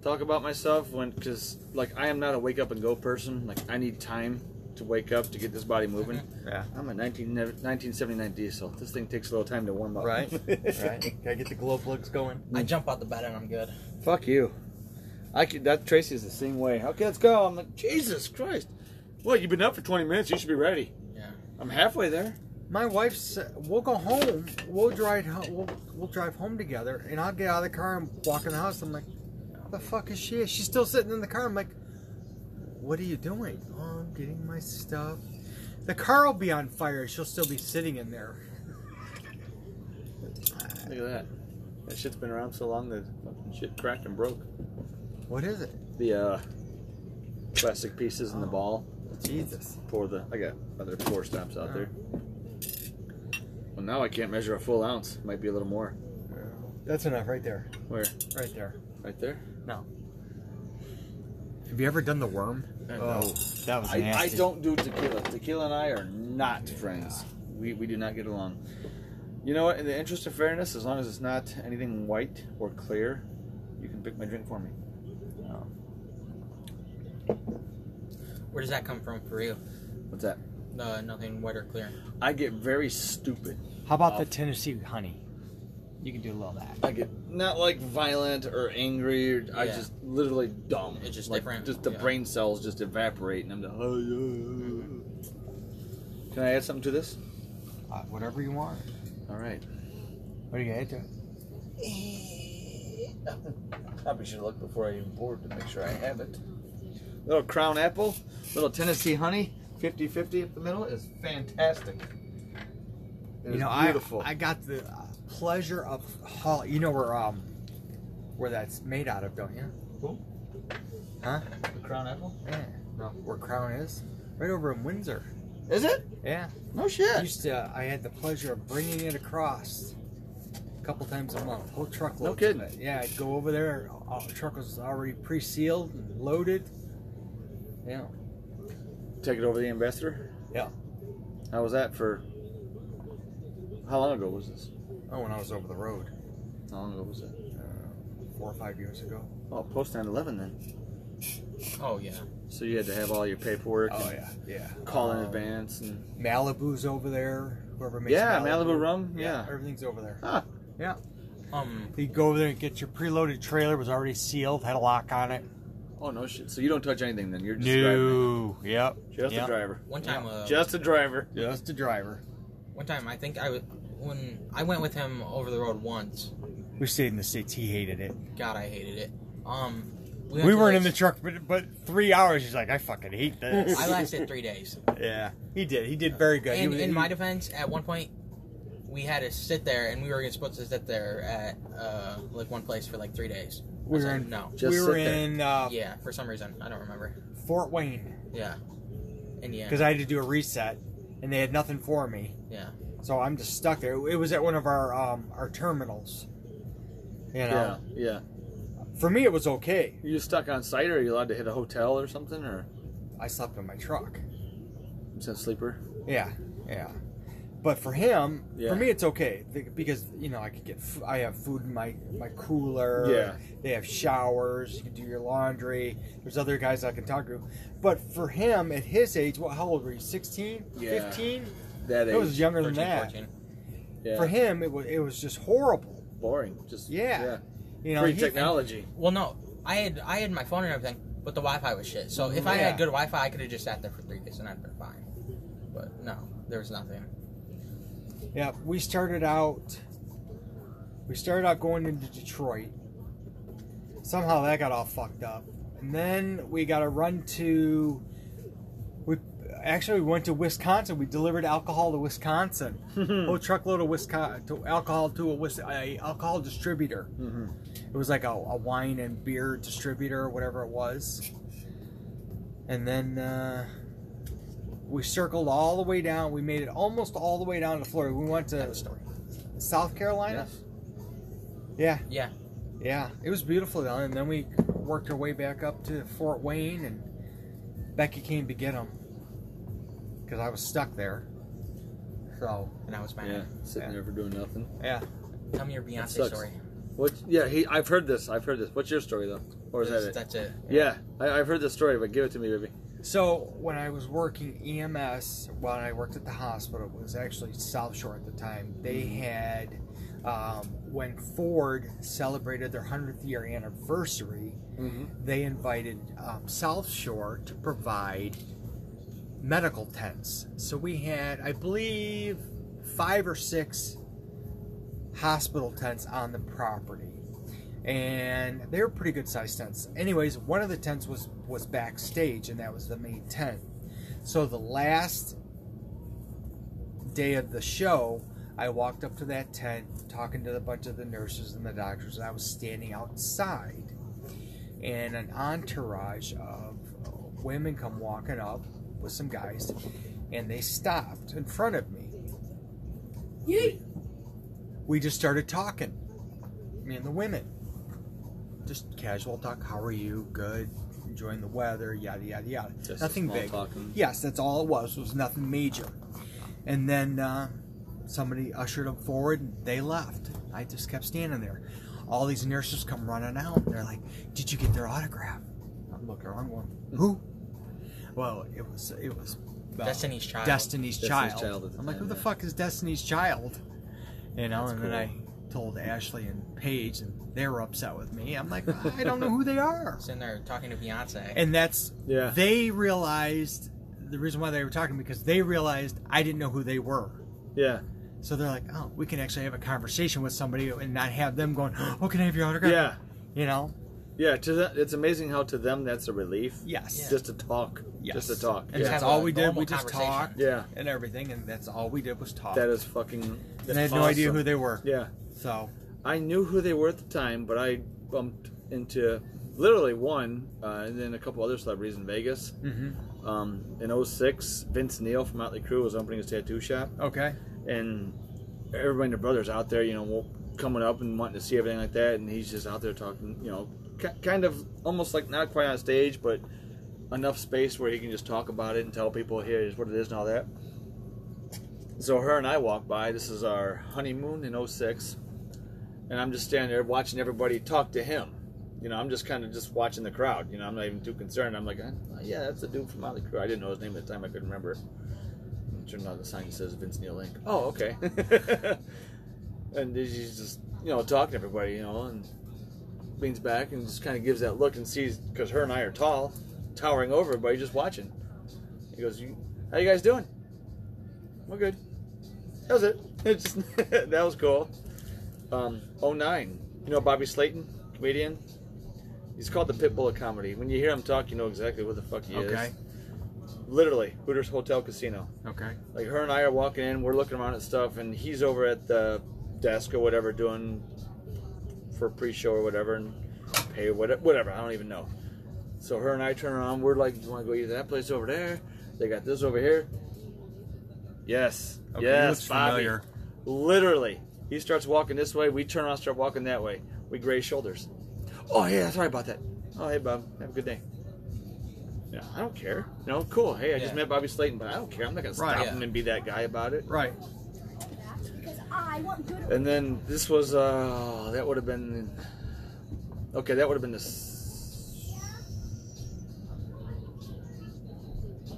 S2: talk about myself when because like I am not a wake up and go person. Like I need time to wake up to get this body moving.
S3: Yeah.
S2: I'm a 19, 1979 diesel. This thing takes a little time to warm up.
S3: Right? right. Can I get the glow plugs going?
S1: I jump out the bed and I'm good.
S2: Fuck you. I could, that Tracy's the same way. Okay, let's go. I'm like, Jesus Christ. Well, you've been up for 20 minutes. You should be ready.
S1: Yeah.
S2: I'm halfway there.
S3: My wife said, we'll go home. We'll drive, ho- we'll, we'll drive home together. And I'll get out of the car and walk in the house. I'm like, the fuck is she? She's still sitting in the car. I'm like, what are you doing? Oh, I'm getting my stuff. The car will be on fire. She'll still be sitting in there.
S2: Look at that. That shit's been around so long that fucking shit cracked and broke.
S3: What is it?
S2: The uh, plastic pieces in the ball
S3: Jesus.
S2: for the. I got other four stops out there. Well, now I can't measure a full ounce. Might be a little more.
S3: That's enough right there.
S2: Where?
S3: Right there.
S2: Right there?
S3: Have you ever done the worm?
S2: No.
S3: Oh, that was
S2: I, I don't do tequila. Tequila and I are not friends. We, we do not get along. You know what? In the interest of fairness, as long as it's not anything white or clear, you can pick my drink for me.
S1: Where does that come from for you?
S2: What's that?
S1: Uh, nothing wet or clear.
S2: I get very stupid.
S3: How about the Tennessee honey? You can do a little of that.
S2: I get not like violent or angry. Or, I
S1: Yeah.
S2: just literally dumb.
S1: It's just
S2: like,
S1: different,
S2: Just the
S1: yeah.
S2: brain cells just evaporate, and I'm like, oh, yeah. Can I add something to this?
S3: Uh, whatever you want.
S2: All right.
S3: What are you gonna add to it?
S2: Probably should look before I even board to make sure I have it. Little crown apple, little Tennessee honey, 50 50 up the middle is fantastic. It is
S3: you know,
S2: beautiful.
S3: I I got the uh, pleasure of haul. You know where um where that's made out of, don't you?
S2: Who?
S3: Huh?
S2: the crown apple?
S3: Yeah. No. Where Crown is? Right over in Windsor.
S2: Is it?
S3: Yeah.
S2: No
S3: I
S2: shit.
S3: used to. I had the pleasure of bringing it across a couple times a month, whole truckload.
S2: No kidding.
S3: Of it. Yeah, I'd go over there. All, the truck was already pre-sealed and loaded. Yeah.
S2: Take it over the ambassador?
S3: Yeah.
S2: How was that for. How long ago was this?
S3: Oh, when I was over the road
S2: How long ago was that?
S3: four or five years ago.
S2: Oh, post 9 11 then.
S1: Oh yeah.
S2: So you had to have all your paperwork.
S3: Oh
S2: and
S3: yeah, yeah.
S2: Call in
S3: Um,
S2: advance. And,
S3: Malibu's over there. Whoever makes
S2: yeah,
S3: Malibu,
S2: Malibu rum. Yeah.
S3: everything's over there.
S2: Huh.
S3: Yeah.
S1: Um,
S3: You go over there and get your preloaded trailer. It was already sealed, had a lock on it.
S2: Oh no shit. So you don't touch anything then. You're just driving.
S3: No. Um, Yep.
S2: Just
S3: Yep.
S2: a driver.
S1: one time, uh,
S2: Just a driver.
S3: Just a driver.
S1: one time, I think I was when I went with him over the road once.
S3: We stayed in the states. He hated it.
S1: God, I hated it. Um, went
S3: We
S1: to
S3: weren't in the
S1: this-
S3: truck, but but three hours. He's like, I fucking hate this.
S1: I lasted three days.
S3: yeah, he did. He did very good. He
S1: And
S3: was-
S1: in
S3: he-
S1: my defense, at one point, we had to sit there, and we were supposed to sit there at uh, like one place for like three days. I
S3: We were
S1: said,
S3: in-
S1: no.
S2: Just
S3: we were
S2: sit there.
S3: in uh,
S1: Yeah, for some reason, I don't remember.
S3: Fort Wayne
S1: Yeah, and yeah,
S3: because I had to do a reset, and they had nothing for me,
S1: yeah.
S3: so I'm just stuck there. It was at one of our um, our terminals. You know,
S2: Yeah. Yeah.
S3: for me it was okay.
S2: You stuck on site, or are you allowed to hit a hotel or something, or
S3: I slept in my truck.
S2: is that sleeper?
S3: Yeah, yeah. But for him,
S2: Yeah.
S3: for me, it's okay th- because you know I could get f- I have food in my my cooler.
S2: Yeah.
S3: They have showers. You can do your laundry. There's other guys I can talk to. But for him, at his age, what? How old were you? 16?
S2: Yeah.
S3: 15?
S2: That
S3: It was
S2: is
S3: younger
S1: 13,
S3: than that.
S1: 14.
S2: yeah.
S3: For him, it was it was just horrible.
S2: boring. Just
S3: Yeah. You know,
S2: Free
S3: he-
S2: technology.
S1: Well, no, I had I had my phone and everything, but the Wi-Fi was shit. So if I
S3: Yeah.
S1: had good Wi-Fi, I could have just sat there for three days and I'd been fine. But no, there was nothing.
S3: Yeah, we started out. We started out going into Detroit. Somehow that got all fucked up, and then we got a run to. We actually we went to Wisconsin. We delivered alcohol to Wisconsin.
S2: Hmm. Mm-hmm.
S3: Whole truckload of Wisconsin to alcohol to a, Wis- a alcohol distributor. It was like a, a wine and beer distributor, whatever it was. And then. Uh, we circled all the way down. We made it almost all the way down to Florida. We went to South Carolina. Yeah.
S1: Yeah.
S3: Yeah. It was beautiful down, there. and then we worked our way back up to Fort Wayne, and Becky came to get him because I was stuck there. So
S1: And I was mad.
S2: Yeah, sitting
S3: Yeah.
S2: there for doing nothing.
S3: yeah,
S1: Tell me your Beyonce
S2: sucks.
S1: story.
S2: What? Yeah, he, I've heard this. I've heard this. What's your story though, or is that it?
S1: That's it.
S2: Yeah, I, I've heard this story, but give it to me, baby.
S3: So when I was working E EMS, when I worked at the hospital, it was actually South Shore at the time. They had um, when Ford celebrated their hundredth year anniversary, they invited um, South Shore to provide medical tents. So we had, I believe, five or six hospital tents on the property and they were pretty good sized tents. Anyways, one of the tents was was backstage, and that was the main tent. So the last day of the show, I walked up to that tent, talking to a bunch of the nurses and the doctors, and I was standing outside, and an entourage of women come walking up with some guys, and they stopped in front of me. We just started talking me and the women. Just casual talk. How are you? Good. Enjoying the weather. Yada yada yada.
S2: Just a
S3: nothing
S2: small
S3: big.
S2: talking.
S3: Yes, that's all it was. It was nothing major. And then uh, somebody ushered them forward. and They left. I just kept standing there. All these nurses come running out. And they're like, "Did you get their autograph?" I'm looking around, going, "Who?" Well, it was it was uh,
S1: Destiny's Child.
S3: Destiny's Child.
S2: Destiny's Child at the
S3: I'm like,
S2: time,
S3: who the
S2: yeah.
S3: fuck is Destiny's Child? You know, and then I told Ashley and Paige, and they were upset with me. I'm like, I don't know who they are.
S1: Sitting there talking to Beyonce.
S3: And that's
S2: Yeah.
S3: they realized the reason why they were talking because they realized I didn't know who they were.
S2: Yeah,
S3: So they're like, oh, we can actually have a conversation with somebody and not have them going, oh, can I have your autograph?
S2: yeah,
S3: You know?
S2: yeah. To that, it's amazing how to them that's a relief.
S3: Yes.
S1: Yeah.
S2: Just to talk.
S3: Yes.
S2: Just to talk.
S3: And
S2: yeah.
S1: Have
S3: that's
S1: a
S3: all we did.
S1: normal
S3: We just
S1: conversation.
S3: talked
S2: yeah,
S3: and everything, and that's all we did was talk.
S2: that is fucking. That's
S3: and I had no idea
S2: awesome.
S3: who they were.
S2: Yeah,
S3: So
S2: I knew who they were at the time, but I bumped into literally one, uh, and then a couple other celebrities in Vegas. Mm-hmm. Um, in 06, Vince Neil from Motley Crue was opening his tattoo shop,
S3: okay.
S2: and everybody and their brothers out there, you know, wa- coming up and wanting to see everything like that, and he's just out there talking, you know, ki- kind of almost like not quite on stage, but enough space where he can just talk about it and tell people here's what it is and all that. So her and I walk by. This is oh our honeymoon in 06. And I'm just standing there watching everybody talk to him. You know, I'm just kind of just watching the crowd. You know, I'm not even too concerned. I'm like, eh, yeah, that's the dude from Motley Crue. I didn't know his name at the time. I couldn't remember. And turned on the sign that says Vince Neil Inc. Oh, okay. and he's just you know talking to everybody. You know, and leans back and just kind of gives that look and sees because her and I are tall, towering over everybody, just watching. He goes, you, "How you guys doing?" We're good. That was it. It's just, that was cool. Um, 09. You know Bobby Slayton, comedian. He's called the Pitbull of comedy. When you hear him talk, you know exactly what the fuck he
S3: Okay.
S2: is. Literally, Hooters Hotel Casino
S3: Okay.
S2: like her and I are walking in, we're looking around at stuff, and he's over at the desk or whatever doing for pre-show or whatever, and pay whatever, whatever. I don't even know. So her and I turn around, we're like, "You want to go eat at that place over there? They got this over here." Yes,
S3: Okay. he
S2: yes,
S3: looks
S2: Bobby.
S3: familiar.
S2: Literally, he starts walking this way. We turn around, start walking that way. We gray shoulders. Oh yeah, sorry about that. Oh hey Bob, have a good day. Yeah, I don't care. You know, cool. Hey, I just
S1: Yeah.
S2: met Bobby Slayton, but I don't care. I'm not gonna
S3: Right.
S2: stop
S1: Yeah.
S2: him and be that guy about it.
S3: Right.
S4: Because I want good
S2: And then this was uh that would have been okay, that would have been this.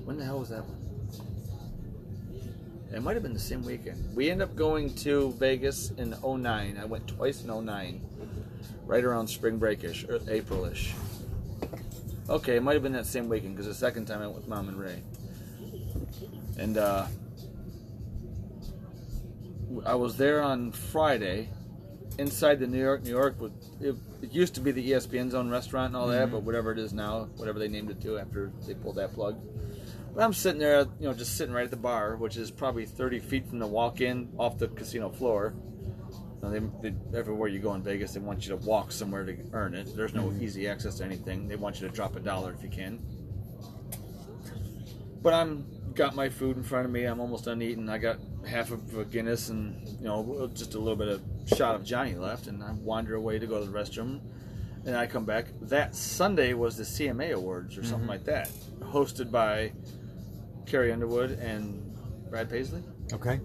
S2: When the hell was that one? It might have been the same weekend. We end up going to Vegas in 09. I went twice in 09. Right around spring breakish or Aprilish. Okay, it might have been that same weekend because the second time I went with Mom and Ray. And uh I was there on Friday, inside the New York, New York. With it, it used to be the E ESPN Zone restaurant and all that, but whatever it is now, whatever they named it to after they pulled that plug. But I'm sitting there, you know, just sitting right at the bar, which is probably 30 feet from the walk-in off the casino floor. Now they, they, everywhere you go in Vegas, they want you to walk somewhere to earn it. There's no easy access to anything. They want you to drop a dollar if you can. But I'm got my food in front of me. I'm almost done eating. I got half of a Guinness and you know just a little bit of shot of Johnny left, and I wander away to go to the restroom. And I come back. That Sunday was the CMA Awards or something like that, hosted by Carrie Underwood and Brad Paisley.
S3: Okay.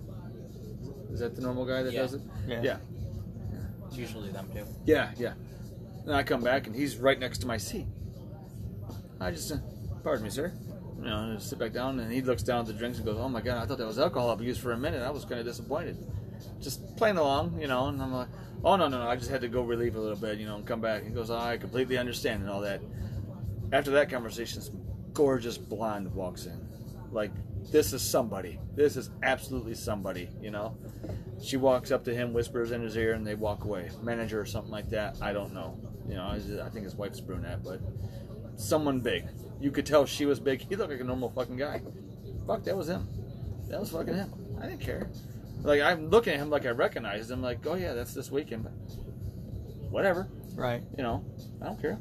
S2: Is that the normal guy that
S1: Yeah.
S2: does it?
S3: Yeah.
S2: Yeah.
S1: It's usually them too.
S2: Yeah, yeah. And I come back, and he's right next to my seat. I just, uh, pardon me, sir. You know, and I sit back down, and he looks down at the drinks and goes, "Oh my God, I thought that was alcohol abuse for a minute. I was kind of disappointed." Just playing along, you know, and I'm like, "Oh no, no, no! I just had to go relieve a little bit, you know, and come back." He goes, "I completely understand and all that." After that conversation, some gorgeous blonde walks in, like, "This is somebody. This is absolutely somebody," you know. She walks up to him, whispers in his ear, and they walk away. Manager or something like that. I don't know. You know, I- I think his wife's brunette, but someone big. You could tell she was big. He looked like a normal fucking guy. Fuck, that was him. That was fucking him. I didn't care. Like I'm looking at him like I recognized him. Like, oh yeah, that's this weekend. But whatever,
S3: Right.
S2: you know, I don't care.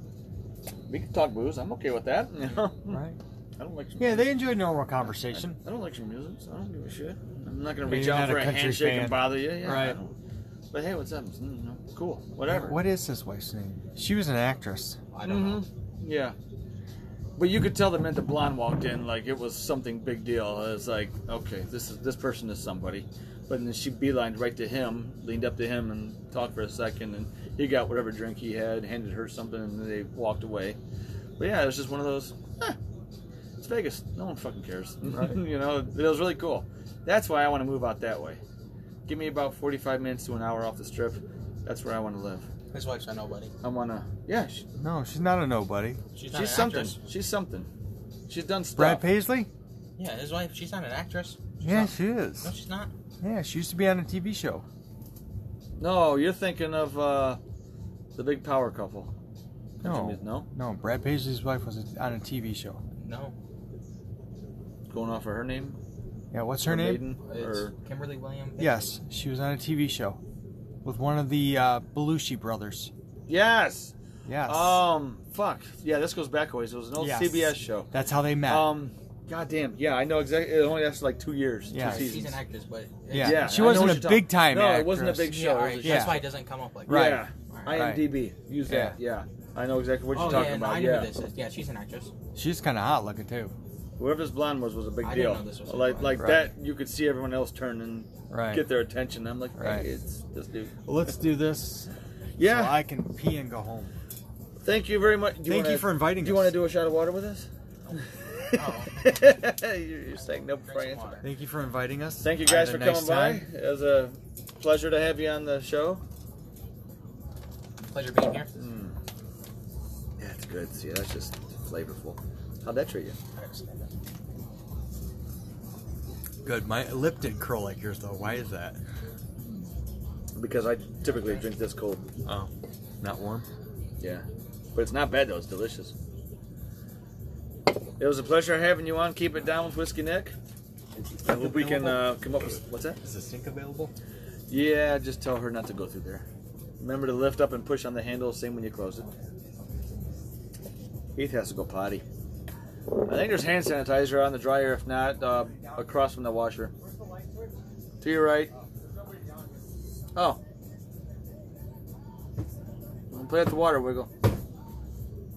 S2: We can talk booze. I'm okay with that. You know,
S3: Right.
S2: I don't like.
S3: Yeah, they enjoy normal conversation.
S2: I, I don't like your music, so I don't give a shit. I'm not gonna
S3: Yeah,
S2: reach
S3: you're
S2: out
S3: not a
S2: for a,
S3: country
S2: handshake
S3: fan.
S2: and bother you. Yeah, I
S3: Right.
S2: don't. But hey, what's up? Mm, you know, Cool. Whatever.
S3: What is his wife's name? She was an actress.
S7: I don't know.
S2: Mhm. Yeah. But you could tell the minute the blonde walked in, like it was something big deal. It's like, okay, this is this person is somebody. But then she beelined right to him, leaned up to him, and talked for a second. And he got whatever drink he had, handed her something, and they walked away. But yeah, it was just one of those. "Eh, it's Vegas. No one fucking cares. you know, it was really cool. That's why I want to move out that way. Give me about forty-five minutes to an hour off the strip. That's where I want to live.
S1: His wife's a nobody.
S2: I want to. Yeah, she,
S3: No, she's not a nobody.
S1: She's, not
S2: She's
S1: an
S2: something.
S1: actress.
S2: She's something. She's done
S3: Brad
S2: stuff.
S3: Paisley?
S1: Yeah, his wife. She's not an actress. She's
S3: Yeah,
S1: not-
S3: she
S1: No,
S3: is.
S1: she's not.
S3: Yeah, she used to be on a TV show.
S2: no, you're thinking of uh, the big power couple. Country
S3: No.
S2: music- no.
S3: No, Brad Paisley's wife was on a TV show.
S1: No,
S2: Going off of her name.
S3: Yeah, what's her name?
S2: Maiden,
S1: it's
S2: or
S1: Kimberly Williams.
S3: Yes, she was on a TV show with one of the uh, Belushi brothers.
S2: yes.
S3: Yes.
S2: Um. Fuck. Yeah, this goes back a ways. It was an old
S3: Yes.
S2: CBS show.
S3: That's how they met.
S2: Um. Goddamn. Yeah, I know exactly. It only lasted like two years.
S3: Yeah.
S2: Two
S1: She's
S2: seasons.
S1: an actress, but
S3: Yeah.
S2: Yeah,
S3: She
S2: I know
S3: wasn't
S2: what
S3: a
S2: you're talking-
S3: big time
S2: No, it wasn't a
S3: actress.
S2: big
S1: Yeah,
S2: show.
S1: all
S2: It
S1: right,
S2: was a-
S1: that's
S3: Yeah.
S1: why it doesn't come up like
S3: Right.
S2: Yeah. IMDb. Use
S3: Yeah.
S2: that. Yeah. I know exactly what you're
S1: Oh
S2: talking
S1: yeah, no,
S2: about.
S1: I knew
S2: yeah.
S1: this. Yeah, she's an actress.
S3: She's kind of hot looking too.
S2: Whoever this blonde was was a big
S1: I
S2: deal.
S1: didn't know this was a
S2: like
S1: blonde.
S2: like
S3: Right.
S2: that, you could see everyone else turn and
S3: Right.
S2: get their attention. I'm like, hey,
S3: Right.
S2: it's this dude.
S3: Let's do this.
S2: Yeah,
S3: So I can pee and go home.
S2: Thank you very much. Do you
S3: Thank
S2: wanna,
S3: you for inviting
S2: Do you
S3: us. Oh.
S2: want to do a shot of water with us? you're, you're saying no before I
S1: Drink some
S2: answer.
S1: water.
S3: Thank you for inviting us.
S2: Thank you
S3: I had
S2: guys
S3: a
S2: for
S3: nice
S2: coming
S3: time.
S2: by. It was a pleasure to have you on the show.
S1: Pleasure being here.
S2: Mm.
S3: Hmm.
S2: That's good. See, that's just flavorful. How'd that treat you?
S3: Good. My lip didn't curl like yours though. Why is that?
S2: Because I typically drink this cold.
S3: Oh, not warm.
S2: Yeah. But it's not bad, though. It's delicious. It was a pleasure having you on. Keep it down with Whiskey Nick. I hope we can uh, come up with. What's that?
S3: Is the sink available?
S2: Yeah, just tell her not to go through there. Remember to lift up and push on the handle, same when you close it. Heath has to go potty. I think there's hand sanitizer on the dryer, if not, uh, across from the washer. To your right. Oh. Play with the water, Wiggle.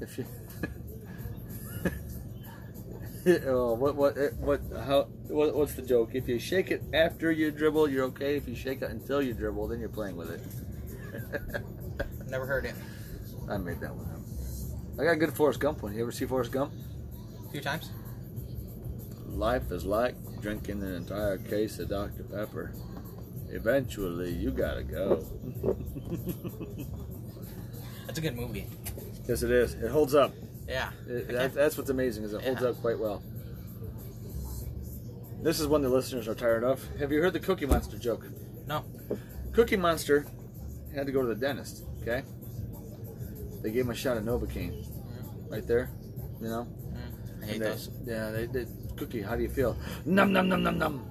S2: If you. oh, what, what, eh, what, how, what, what's the joke? If you shake it after you dribble, you're okay. If you shake it until you dribble, then you're playing with it.
S1: Never heard it.
S2: I made that one up. I got a good Forrest Gump one. You ever see Forrest Gump?
S1: A few times.
S2: Life is like drinking an entire case of Dr. Pepper. Eventually, you gotta go.
S1: That's a good movie.
S2: Yes, it is. It holds up.
S1: Yeah.
S2: It, that, that's what's amazing is it holds up quite well. This is one the listeners are tired of. Have you heard the Cookie Monster joke?
S1: No.
S2: Cookie Monster had to go to the dentist. Okay. They gave him a shot of Novocaine, right there. You know.
S1: I hate
S2: And they-
S1: those.
S2: Yeah, they, they, Cookie, how do you feel? Num num num num num.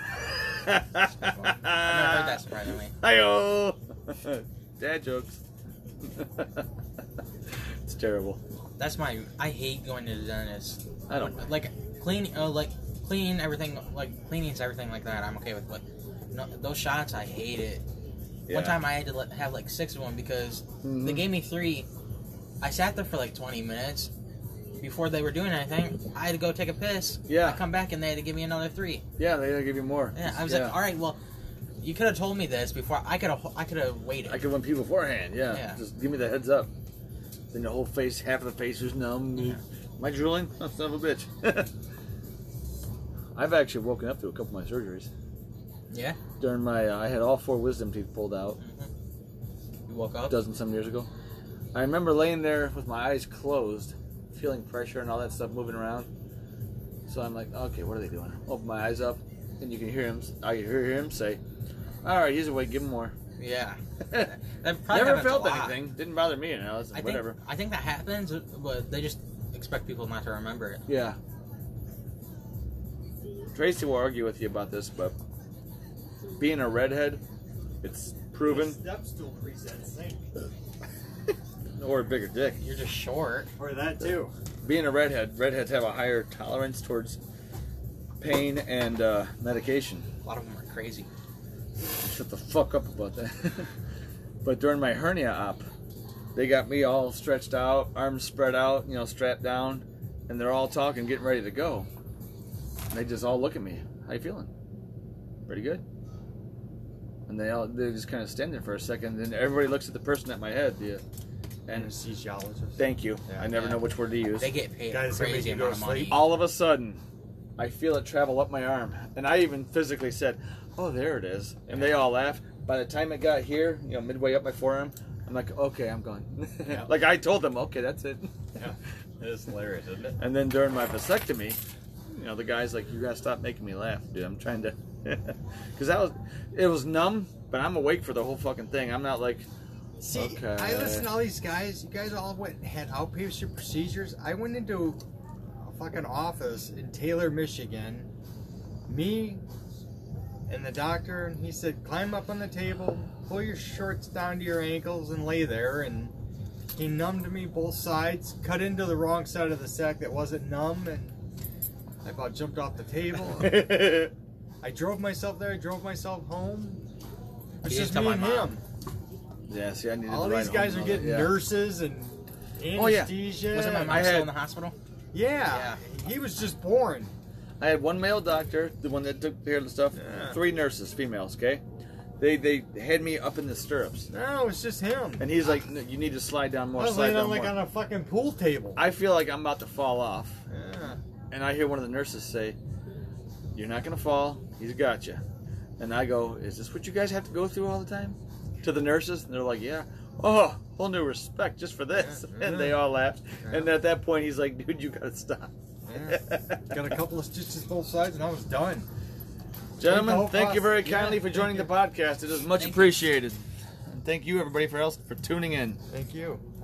S1: I've never heard that surprisingly.
S2: Hiyo. Dad jokes. it's terrible.
S1: That's my. I hate going to the dentist.
S2: I don't mind.
S1: like clean. Uh, like clean everything. Like cleaning's everything like that. I'm okay with, but no, those shots, I hate it.
S2: Yeah.
S1: One time I had to let, have like six of them because they gave me three. I sat there for like 20 minutes before they were doing anything. I had to go take a piss.
S2: Yeah.
S1: I come back and they had to give me another three.
S2: Yeah, they gotta give you more.
S1: Yeah. I was like, all right, well, you could have told me this before. I could have. I could have waited.
S2: I could win people beforehand. Yeah.
S1: Yeah.
S2: just give me the heads up. Then the whole face, half of the face is numb.
S1: Yeah.
S2: Am I drooling? Oh, son of a bitch. I've actually woken up to a couple of my surgeries.
S1: yeah.
S2: During my, uh, I had all four wisdom teeth pulled out
S1: You woke
S2: a
S1: up.
S2: dozen some years ago. I remember laying there with my eyes closed, feeling pressure and all that stuff moving around. So I'm like, okay, what are they doing? Open my eyes up, and you can hear him. I could hear him say, "All right, here's a way. Give him more."
S1: Yeah. That probably
S2: Never
S1: happens a
S2: felt
S1: lot.
S2: anything. Didn't bother me. You know, it's
S1: I
S2: whatever.
S1: Think, I think that happens, but they just expect people not to remember it.
S2: Yeah. Tracy will argue with you about this, but being a redhead, it's proven,
S7: stool reset sink.
S2: or a bigger dick.
S1: You're just short.
S7: Or that too.
S2: Being a redhead, redheads have a higher tolerance towards pain and uh, medication.
S1: A lot of them are crazy.
S2: Shut the fuck up about that. but during my hernia op, they got me all stretched out, arms spread out, you know, strapped down, and they're all talking, getting ready to go. And they just all look at me. How you feeling? Pretty good. And they all they just kind of stand there for a second. Then everybody looks at the person at my head. Yeah. And
S3: Anesthesiologist.
S2: thank you. I never
S1: Yeah.
S2: know which word to use.
S1: They get paid
S7: Guys,
S1: a
S7: somebody
S1: crazy
S7: can go
S1: amount of money.
S2: All of a sudden, I feel it travel up my arm, and I even physically said, "Oh, there it is," and they all laughed. By the time it got here, you know, midway up my forearm, I'm like, "Okay, I'm gone." like I told them, "Okay, that's it."
S7: It is hilarious, isn't it?
S2: And then during my vasectomy, you know, the guy's like, "You gotta stop making me laugh, dude. I'm trying to," because that was it was numb, but I'm awake for the whole fucking thing. I'm not like,
S3: See,
S2: Okay.
S3: I listen to all these guys. You guys all went had outpatient procedures. I went into a fucking office in Taylor, Michigan. Me and the doctor, and he said, "Climb up on the table, pull your shorts down to your ankles, and lay there." And he numbed me both sides, cut into the wrong side of the sack that wasn't numb, and I about jumped off the table. I drove myself there. I drove myself home. It's
S1: You
S3: just
S1: didn't tell
S3: me and
S1: my mom.
S3: him.
S2: "Yeah, see, I needed."
S3: All
S2: the
S3: these
S2: ride
S3: guys
S2: home and
S3: are
S2: all
S3: getting
S2: that." Yeah.
S3: nurses and
S2: Oh, yeah.
S3: anesthesia.
S1: Wasn't my
S2: I
S1: mom still
S2: had-
S1: in the hospital?
S3: yeah. he was just born.
S2: I had one male doctor, the one that took care of the stuff,
S3: Yeah.
S2: three nurses, females, okay? They they had me up in the stirrups,
S6: No, it's just him.
S2: and he's like, "No, "You need to slide down
S6: I
S2: more,
S6: was
S2: slide
S6: laying
S2: down
S6: on like
S2: more."
S6: on a fucking pool table.
S2: I feel like I'm about to fall off,
S6: yeah.
S2: and I hear one of the nurses say, "You're not gonna fall. He's got you." And I go, "Is this what you guys have to go through all the time?" To the nurses, and they're like, "Yeah." Oh, whole new respect just for this, and they all laughed. And at that point, he's like, "Dude, you gotta stop."
S6: Yeah. Got a couple of stitches both sides, and I was done.
S2: Gentlemen,
S6: Whole
S2: thank you very
S6: process. Yeah,
S2: kindly for joining the
S6: thank
S2: podcast. It is much
S8: Thank you.
S2: appreciated. And thank you, everybody, for else for tuning in.
S6: Thank you.